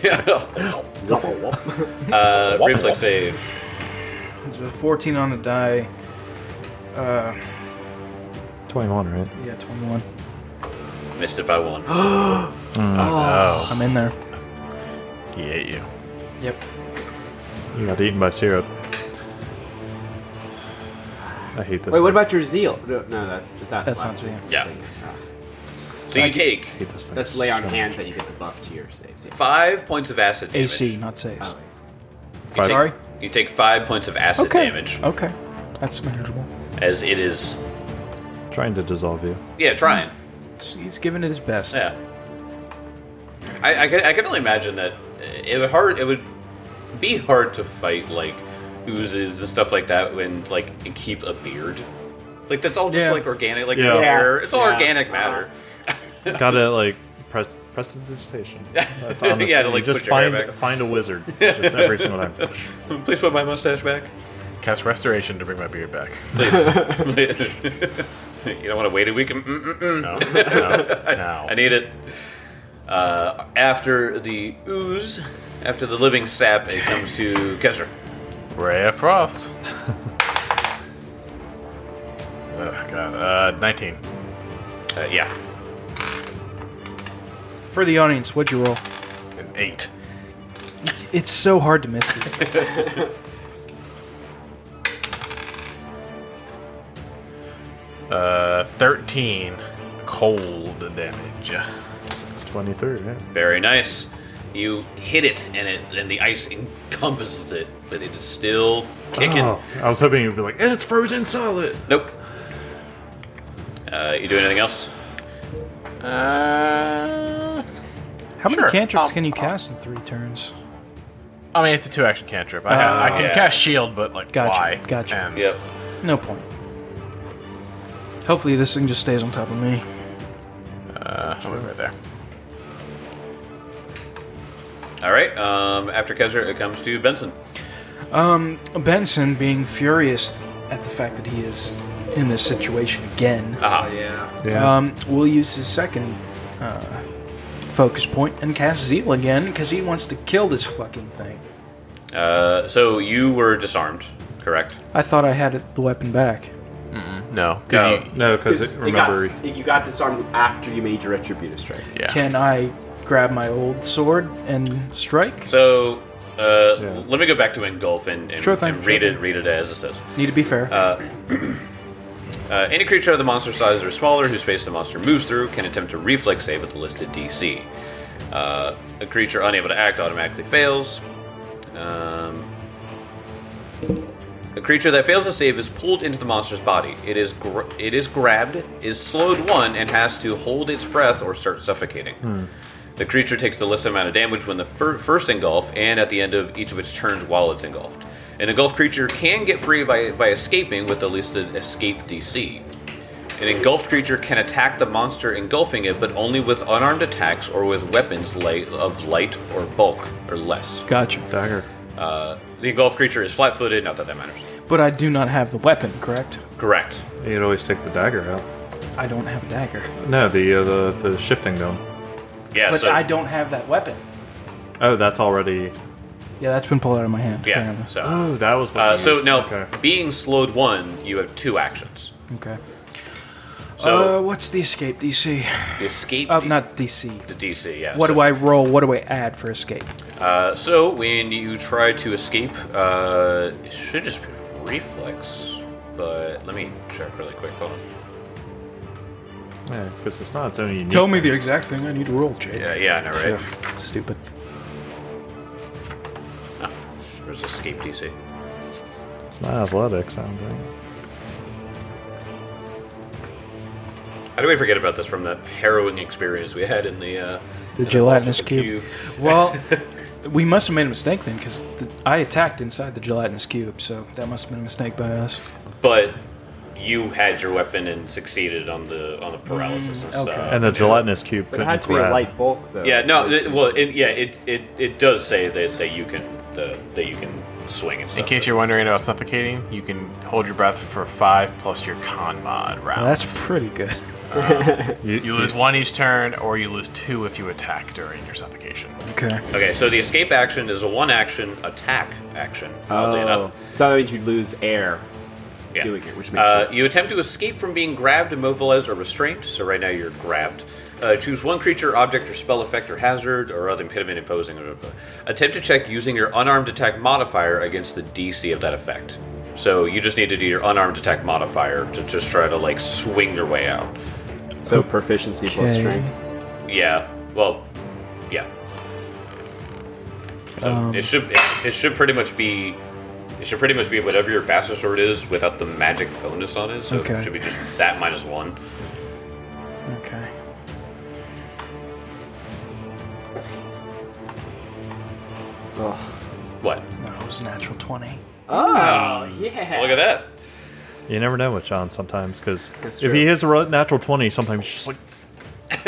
uh, reflex save.
It's a 14 on the die. Uh,
Twenty-one, right?
yeah, 21.
Missed it by one. Oh,
Oh, Mm.
I'm in there.
He ate you.
Yep.
You got eaten by syrup. I hate this.
Wait, what
thing.
about your zeal? No, no, that's is that
That's
the
not
last
saying.
one?
Yeah. So you take
I hate this thing.
That's lay on
so
hands that you get the buff to your saves. Yeah.
five points of acid damage.
AC, not saves.
Oh, I see.
You
Five.
take-
Sorry?
You take five points of acid
okay.
damage
Okay. That's manageable.
as it is,
much. Trying to dissolve you.
yeah, trying.
He's giving it his best.
Yeah. I, I, can, I can only imagine that it would hard it would be hard to fight like oozes and stuff like that when like and keep a beard. Like that's all just
Yeah.
like organic, like
Yeah.
hair. It's all
Yeah.
organic matter.
Gotta like press press the digitation. That's
Yeah,
honestly,
to, like,
just
put your hair
find
back.
find a wizard. It's just every single time.
Please put my mustache back.
Cast restoration to bring my beard back.
Please. you don't want to wait a week. And, mm, mm, mm.
No, no, no.
I need it. Uh, after the ooze, after the living sap, it comes to Kesser.
Ray of Frost. oh, God. Uh, 19.
Uh, yeah.
For the audience, what'd you roll?
An 8.
It's so hard to miss these things.
Uh, 13 cold damage.
It's twenty-three. Yeah.
Very nice. You hit it, and it and the ice encompasses it, but it is still kicking.
Oh, I was hoping you'd be like, and it's frozen solid.
Nope. Uh, you do anything else?
Uh,
How many
Sure.
cantrips
Um,
can you cast in three turns?
I mean, it's a two action cantrip. I, ha- I can
Oh, yeah.
cast shield, but, like,
Gotcha,
why?
gotcha.
And
Yep.
No point. Hopefully, this thing just stays on top of me.
uh, I'll move right there.
All right. Um, after Kesser, it comes to Benson.
Um, Benson being furious at the fact that he is in this situation again,
Aha.
Yeah.
um, will use his second uh, focus point and cast Zeal again because he wants to kill this fucking thing.
Uh, so you were disarmed, correct?
I thought I had it, the weapon back.
No.
No.
no, because
You got,
remember,
s- you got disarmed after you made your retributive strike.
Yeah.
Can I grab my old sword and strike?
So uh,
Yeah.
let me go back to engulf and, and,
Sure thing,
and read
sure
it. Read it as it says.
Need to be fair.
Uh, any creature of the monster size or smaller whose space the monster moves through can attempt a reflex save at the listed DC. Uh, a creature unable to act automatically fails. Um, a creature that fails to save is pulled into the monster's body. It is gr- it is grabbed, is slowed one, and has to hold its breath or start suffocating.
Hmm.
The creature takes the least amount of damage when the fir- first engulf, and at the end of each of its turns while it's engulfed. An engulfed creature can get free by, by escaping with at least an escape DC. An engulfed creature can attack the monster engulfing it, but only with unarmed attacks or with weapons light, of light or bulk or less.
gotcha.
dagger.
Uh, the engulfed creature is flat-footed. Not that that matters.
But I do not have the weapon, correct?
Correct.
You'd always take the dagger out.
I don't have a dagger.
No, the uh, the the shifting dome.
Yeah.
But
so,
I don't have that weapon.
Oh, that's already.
Yeah, that's been pulled out of my hand.
Yeah.
apparently.
So.
Oh, that was. what
Uh,
you
so
used.
now,
Okay.
being slowed one, you have two actions.
Okay. uh,
So
what's the escape DC?
the escape.
Oh,
D-
not DC.
the DC. Yeah.
What do I roll? What do I add for escape?
Uh, so when you try to escape, uh, it should just be reflex. But let me check really quick. Hold on.
Yeah, because it's not its own unique.
Tell me the exact thing I need to roll, Jake.
Yeah, yeah, I know, right?
Sure. Stupid.
There's escape DC.
It's not athletics, I don't think.
How do we forget about this from that harrowing experience we had in the uh,
The
in
gelatinous
the
cube.
cube?
Well, we must have made a mistake then, because I attacked inside the gelatinous cube, so that must have been a mistake by us.
But you had your weapon and succeeded on the on the paralysis and
okay.
stuff.
And the gelatinous cube
But it
couldn't
had to be a
grab.
light Mm. bulk, though.
Yeah, no. It, well, it, yeah, it, it it does say that, that you can the, that you can swing and
In
stuff.
case you're wondering about suffocating, you can hold your breath for five plus your con mod
Now,
rounds. Uh,
that's pretty good.
You-
You lose one each turn, or you lose two if you attack during your suffocation.
Okay.
Okay, so the escape action is a one action attack action. Oddly enough.
Oh. So that means you lose air
Yeah.
doing it, which makes
Uh,
sense.
you attempt to escape from being grabbed, immobilized, or restrained. So right now you're grabbed. Uh, choose one creature, object, or spell effect, or hazard, or other impediment imposing. Or, attempt to check using your unarmed attack modifier against the DC of that effect. So you just need to do your unarmed attack modifier to just try to like swing your way out.
so proficiency plus
Okay.
strength.
Yeah. Well. Yeah. So
Um,
it should it, it should pretty much be it should pretty much be whatever your bastard sword is without the magic bonus on it. So
Okay.
it should be just that minus one.
Okay.
What?
No, it was a natural 20.
Oh, yeah.
Look at that.
You never know with John sometimes, because
That's
if
true.
he hits a ro- natural 20, sometimes he's just like.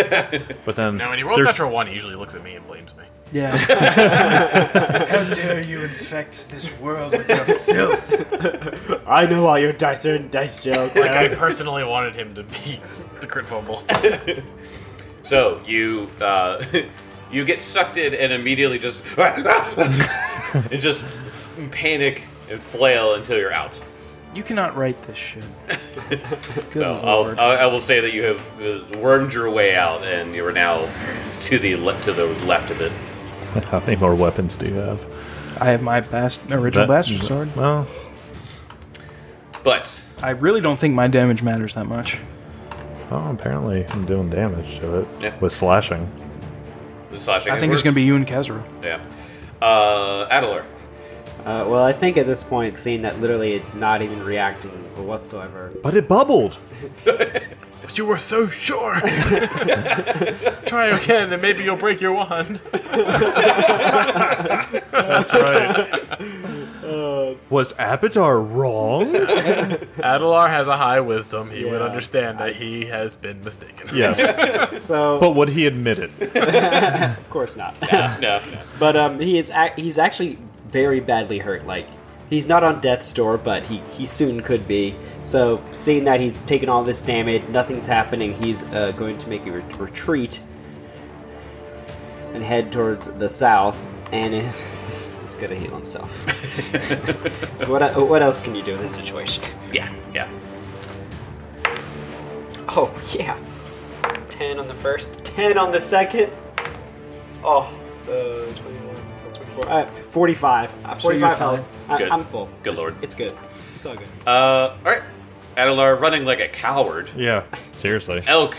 but then.
Now, when he rolls
there's-
natural one, he usually looks at me and blames me.
Yeah. How dare you infect this world with your filth?
I know why your dice are in dice jail.
Like I personally wanted him to be the crit fumble.
So you uh, you get sucked in and immediately just and just panic and flail until you're out.
You cannot write this shit. Good
So
lord.
I'll, I I will say that you have uh, wormed your way out and you are now to the le- to the left of it.
How many more weapons do you have?
I have my bast- original
That-
bastard sword.
Well,
But
I really don't think my damage matters that much.
oh, apparently I'm doing damage to it
Yeah.
with slashing.
the slashing.
I think it's going to be you and Kezra.
be yeah. Uh, Adelar.
Uh, well, I think at this point, seeing that literally it's not even reacting whatsoever.
But it bubbled!
But you were so sure. Try again, and maybe you'll break your wand.
That's right. Was Abadar wrong?
Adelar has a high wisdom. He would understand that he has been mistaken.
yes.
so,
But would he admit it?
Of course not.
No, no.
but um, he is ac- he's actually very badly hurt. Like he's not on death's door, but he he soon could be. So seeing that he's taken all this damage, nothing's happening. He's uh, going to make a re- retreat and head towards the south, and is is, is going to heal himself. so what el- what else can you do in this situation?
Yeah, yeah.
Oh yeah, ten on the first, ten on the second. Oh, uh, 21, that's 24. Uh, 45. Uh, 45 health. I,
Good.
I'm full.
Good
It's-
lord.
It's good. It's all good.
Uh, all right. Adelar running like a coward.
Yeah, seriously.
Elk.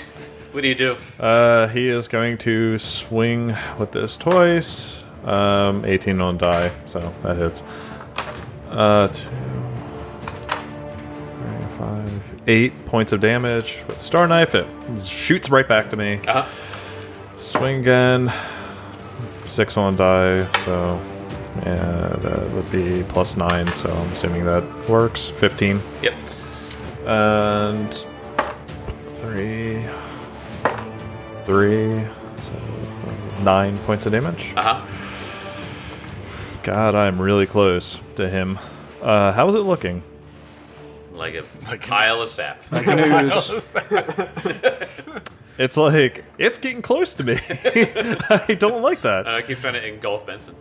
What do you do?
Uh, he is going to swing with this twice. Um, 18 on die, so that hits. Uh, two, three, five, eight points of damage with Star Knife. It shoots right back to me.
Uh-huh.
Swing again. Six on die, so yeah, that would be plus nine, so I'm assuming that works. 15.
Yep.
And three, three, so nine points of damage.
Uh huh.
God, I'm really close to him. Uh, how is it looking?
Like a pile of sap.
Good news.
It's like it's getting close to me. I don't like that.
Uh, I keep trying to engulf Benson.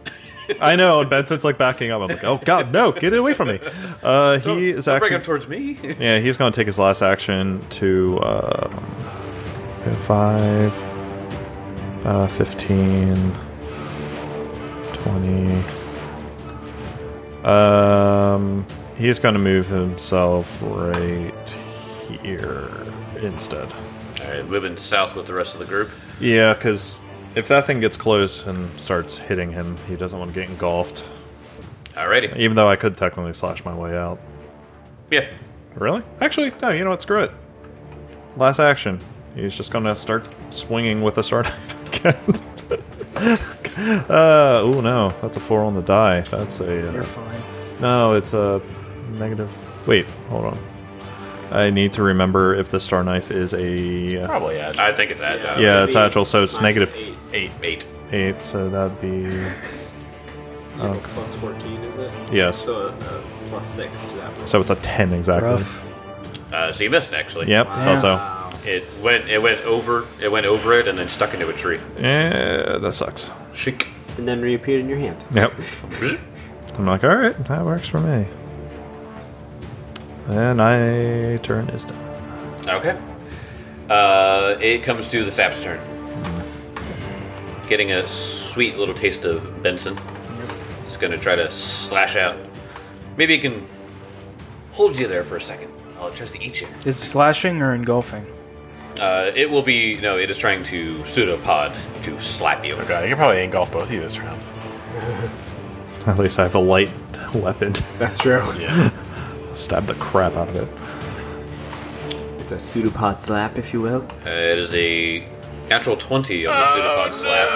I know. And Benson's like backing up. I'm like, oh god, no, get it away from me. Uh, he is
Don't
actually
bring him towards me.
Yeah, he's going to take his last action to uh, 5, uh, 15, 20. Um, he's going to move himself right here instead.
All Okay, moving south with the rest of the group.
Yeah, because if that thing gets close and starts hitting him, he doesn't want to get engulfed.
Alrighty.
Even though I could technically slash my way out.
Yeah.
Really? Actually, no, you know what? Screw it. Last action. He's just going to start swinging with a sword knife again. uh, oh, no. That's a four on the die. That's a. Uh,
You're fine.
No, it's a negative. Wait, hold on. I need to remember if the star knife is a. uh,
Probably agile.
I think it's agile.
Yeah, it's agile, so it's negative eight.
Eight. Eight.
so that'd be.
Like a plus 14, is it?
Yes.
So a, a plus 6 to that one.
So it's a ten exactly.
Uh, so you missed actually.
Yep, thought so.
It went. It went over. It went over it and then stuck into a tree.
Yeah, that sucks.
Chic.
And then reappeared in your hand.
Yep. I'm like, all right, that works for me. And I turn is done.
Okay. Uh, it comes to the sap's turn. Getting a sweet little taste of Benson. It's going to try to slash out. Maybe it can hold you there for a second while Oh, it tries to eat you.
It's slashing or engulfing.
Uh, it will be. No, it is trying to pseudopod to slap you.
Oh God, you can probably engulf both of you this round.
At least I have a light weapon.
That's true.
Stab the crap out of it.
It's a pseudopod slap, if you will.
Uh, it is a natural 20 on the pseudopod slap.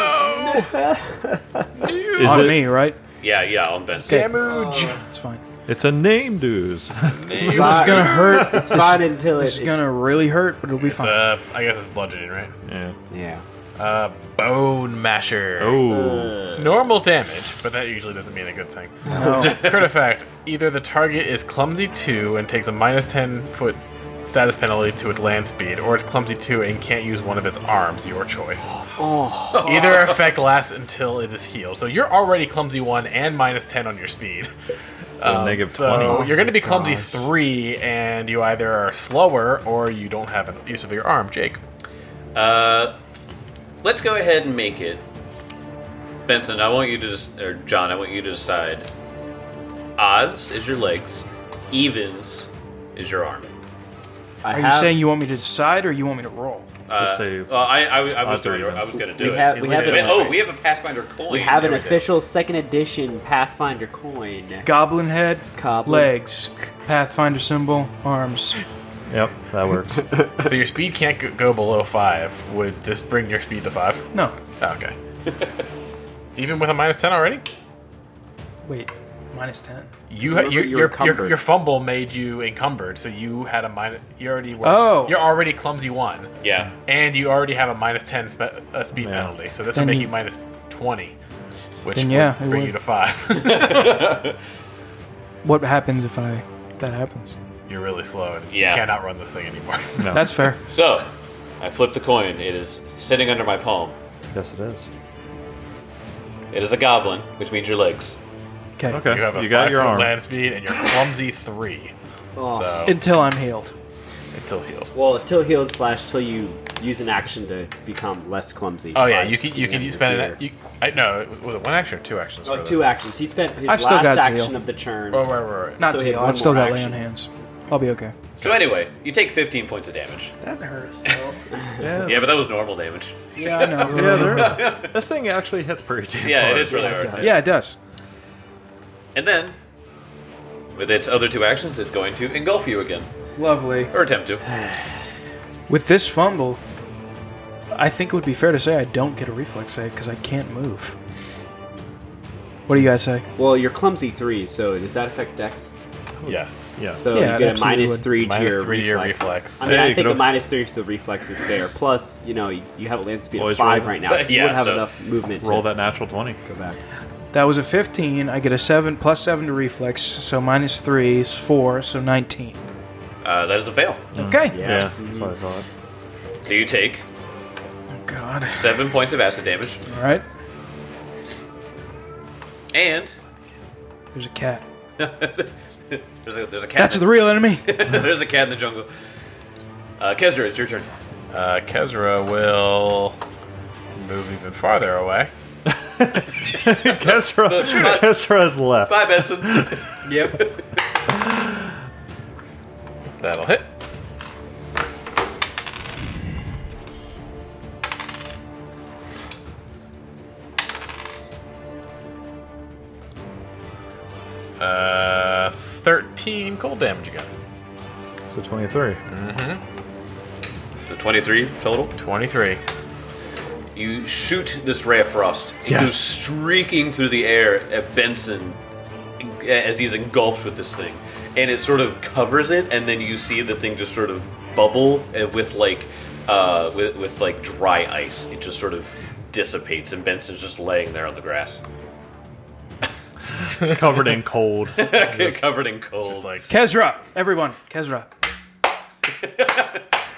Oh,
Is
On
it-
me, right? Oh,
Yeah, yeah, on Benson.
Damage.
It's fine.
It's a name dues.
This is gonna hurt.
It's fine until
This
it.
is gonna really hurt, but it'll be
It's
fine.
uh, I guess it's bludgeoning, right?
yeah.
yeah.
Uh, bone masher.
Oh.
Normal damage, but that usually doesn't mean a good thing. Crit effect: either the target is clumsy two and takes a minus ten foot status penalty to its land speed, or it's clumsy two and can't use one of its arms. Your choice. Either effect lasts until it is healed. So you're already clumsy one and minus ten on your speed.
So negative
Um, so
20.
You're going to be clumsy three, and you either are slower or you don't have an use of your arm, Jake.
Uh, let's go ahead and make it. Benson, I want you to, des- or John, I want you to decide. Odds is your legs, evens is your arm.
I
Are you
have,
saying you want me to decide or you want me to roll?
Uh,
Just say-
well, I, I, I was
Odds or
going to, I
evens.
was going to do
we
it.
have, we have
Wait,
an,
oh, we have a Pathfinder coin.
we have an
There we go.
official second edition Pathfinder coin.
Goblin head,
Goblin.
legs, Pathfinder symbol, arms.
Yep, that works.
so your speed can't go- go below five. Would this bring your speed to five?
No,
Oh, okay. Even with a minus ten already,
wait, minus ten.
you,
So
ha-
remember you
you
were
your, your
encumbered.
your fumble made you encumbered, so you had a minus. You already were,
Oh.
you're already clumsy one,
Yeah.
and you already have a minus ten spe- uh, speed
Yeah.
penalty. So this
Then
would make
you-
you minus twenty, which
Then yeah,
would
it
bring
would.
you to five.
What happens if I? That happens.
you're really slow, and
Yeah.
you cannot run this thing anymore.
No.
That's fair.
So, I flipped the coin. It is sitting under my palm.
yes, it is.
It is a goblin, which means your legs.
Okay.
Okay,
You
you,
have a
got
five
your
foot
arm.
land speed, and you're clumsy three.
Oh.
So
Until I'm healed.
until healed.
Well, till healed slash till you use an action to become less clumsy.
Oh yeah,
by
you can you
being
can
under
you spend
fear.
an you, I no was it one action or two actions?
Oh,
for
two
that?
actions. He spent his
I've still
last
got
action
zeal.
of the turn.
Oh right, right, right.
Not
So
so
he had one
I've still
more
got lay on
action.
hands. I'll be okay.
So anyway, you take 15 points of damage.
That hurts.
Yeah,
Yeah, but that was normal damage.
yeah, I know.
yeah, they're- this thing actually hits pretty damn
Yeah, it
hard.
is really hard.
Yeah, it does.
And then, with its other two actions, it's going to engulf you again.
Lovely.
Or attempt to.
With this fumble, I think it would be fair to say I don't get a reflex save because I can't move. What do you guys say?
Well, you're clumsy three, so does that affect Dex?
Yes.
Yes.
So
Yeah, it
you get a
absolutely
minus
would.
three to
Minus
your
three to your reflex.
I mean,
Yeah,
I
you
think
could
a
also-
minus three to the reflex is fair. Plus, you know, you have a land speed of
Always
five
roll-
right now, so you
Yeah,
would have
so
enough movement
Roll
to
that natural 20.
go back.
That was a 15. I get a 7 plus 7 to reflex, so minus 3 is 4, so 19.
Uh, that is a fail.
Mm. Okay.
Yeah, that's what I thought.
So you take
Oh, God.
seven points of acid damage,
All right.
and
There's a cat.
there's a, there's a cat.
That's
in
the real enemy.
there's a cat in the jungle. Uh, Kesra, it's your turn.
Uh, Kezra will move even farther away.
Kesra,
But-
Kesra's left.
Bye, Benson.
yep.
That'll hit.
Uh, 13 cold damage again.
So 23.
Mm-hmm.
So 23 total?
23.
You shoot this ray of frost. It
Yes.
goes streaking through the air at Benson as he's engulfed with this thing. And it sort of covers it, and then you see the thing just sort of bubble uh, with like uh, with, with like dry ice. It just sort of dissipates, and Benson's just laying there on the grass,
Covered in cold.
covered in cold. Just
like
Kezra, everyone, Kezra.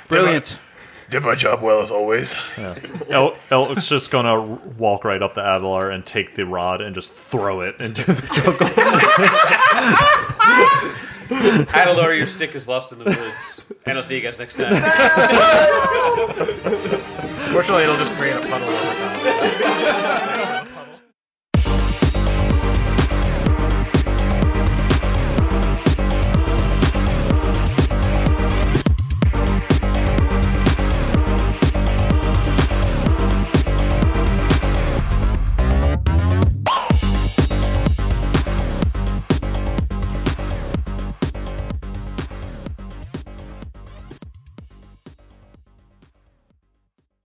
Brilliant.
Did my job well as always.
Yeah. El- Elk's just gonna r- walk right up to Adelar and take the rod and just throw it into the jungle.
Adelar, your stick is lost in the woods, and I'll see you guys next time.
Fortunately, it'll just create a puddle over time.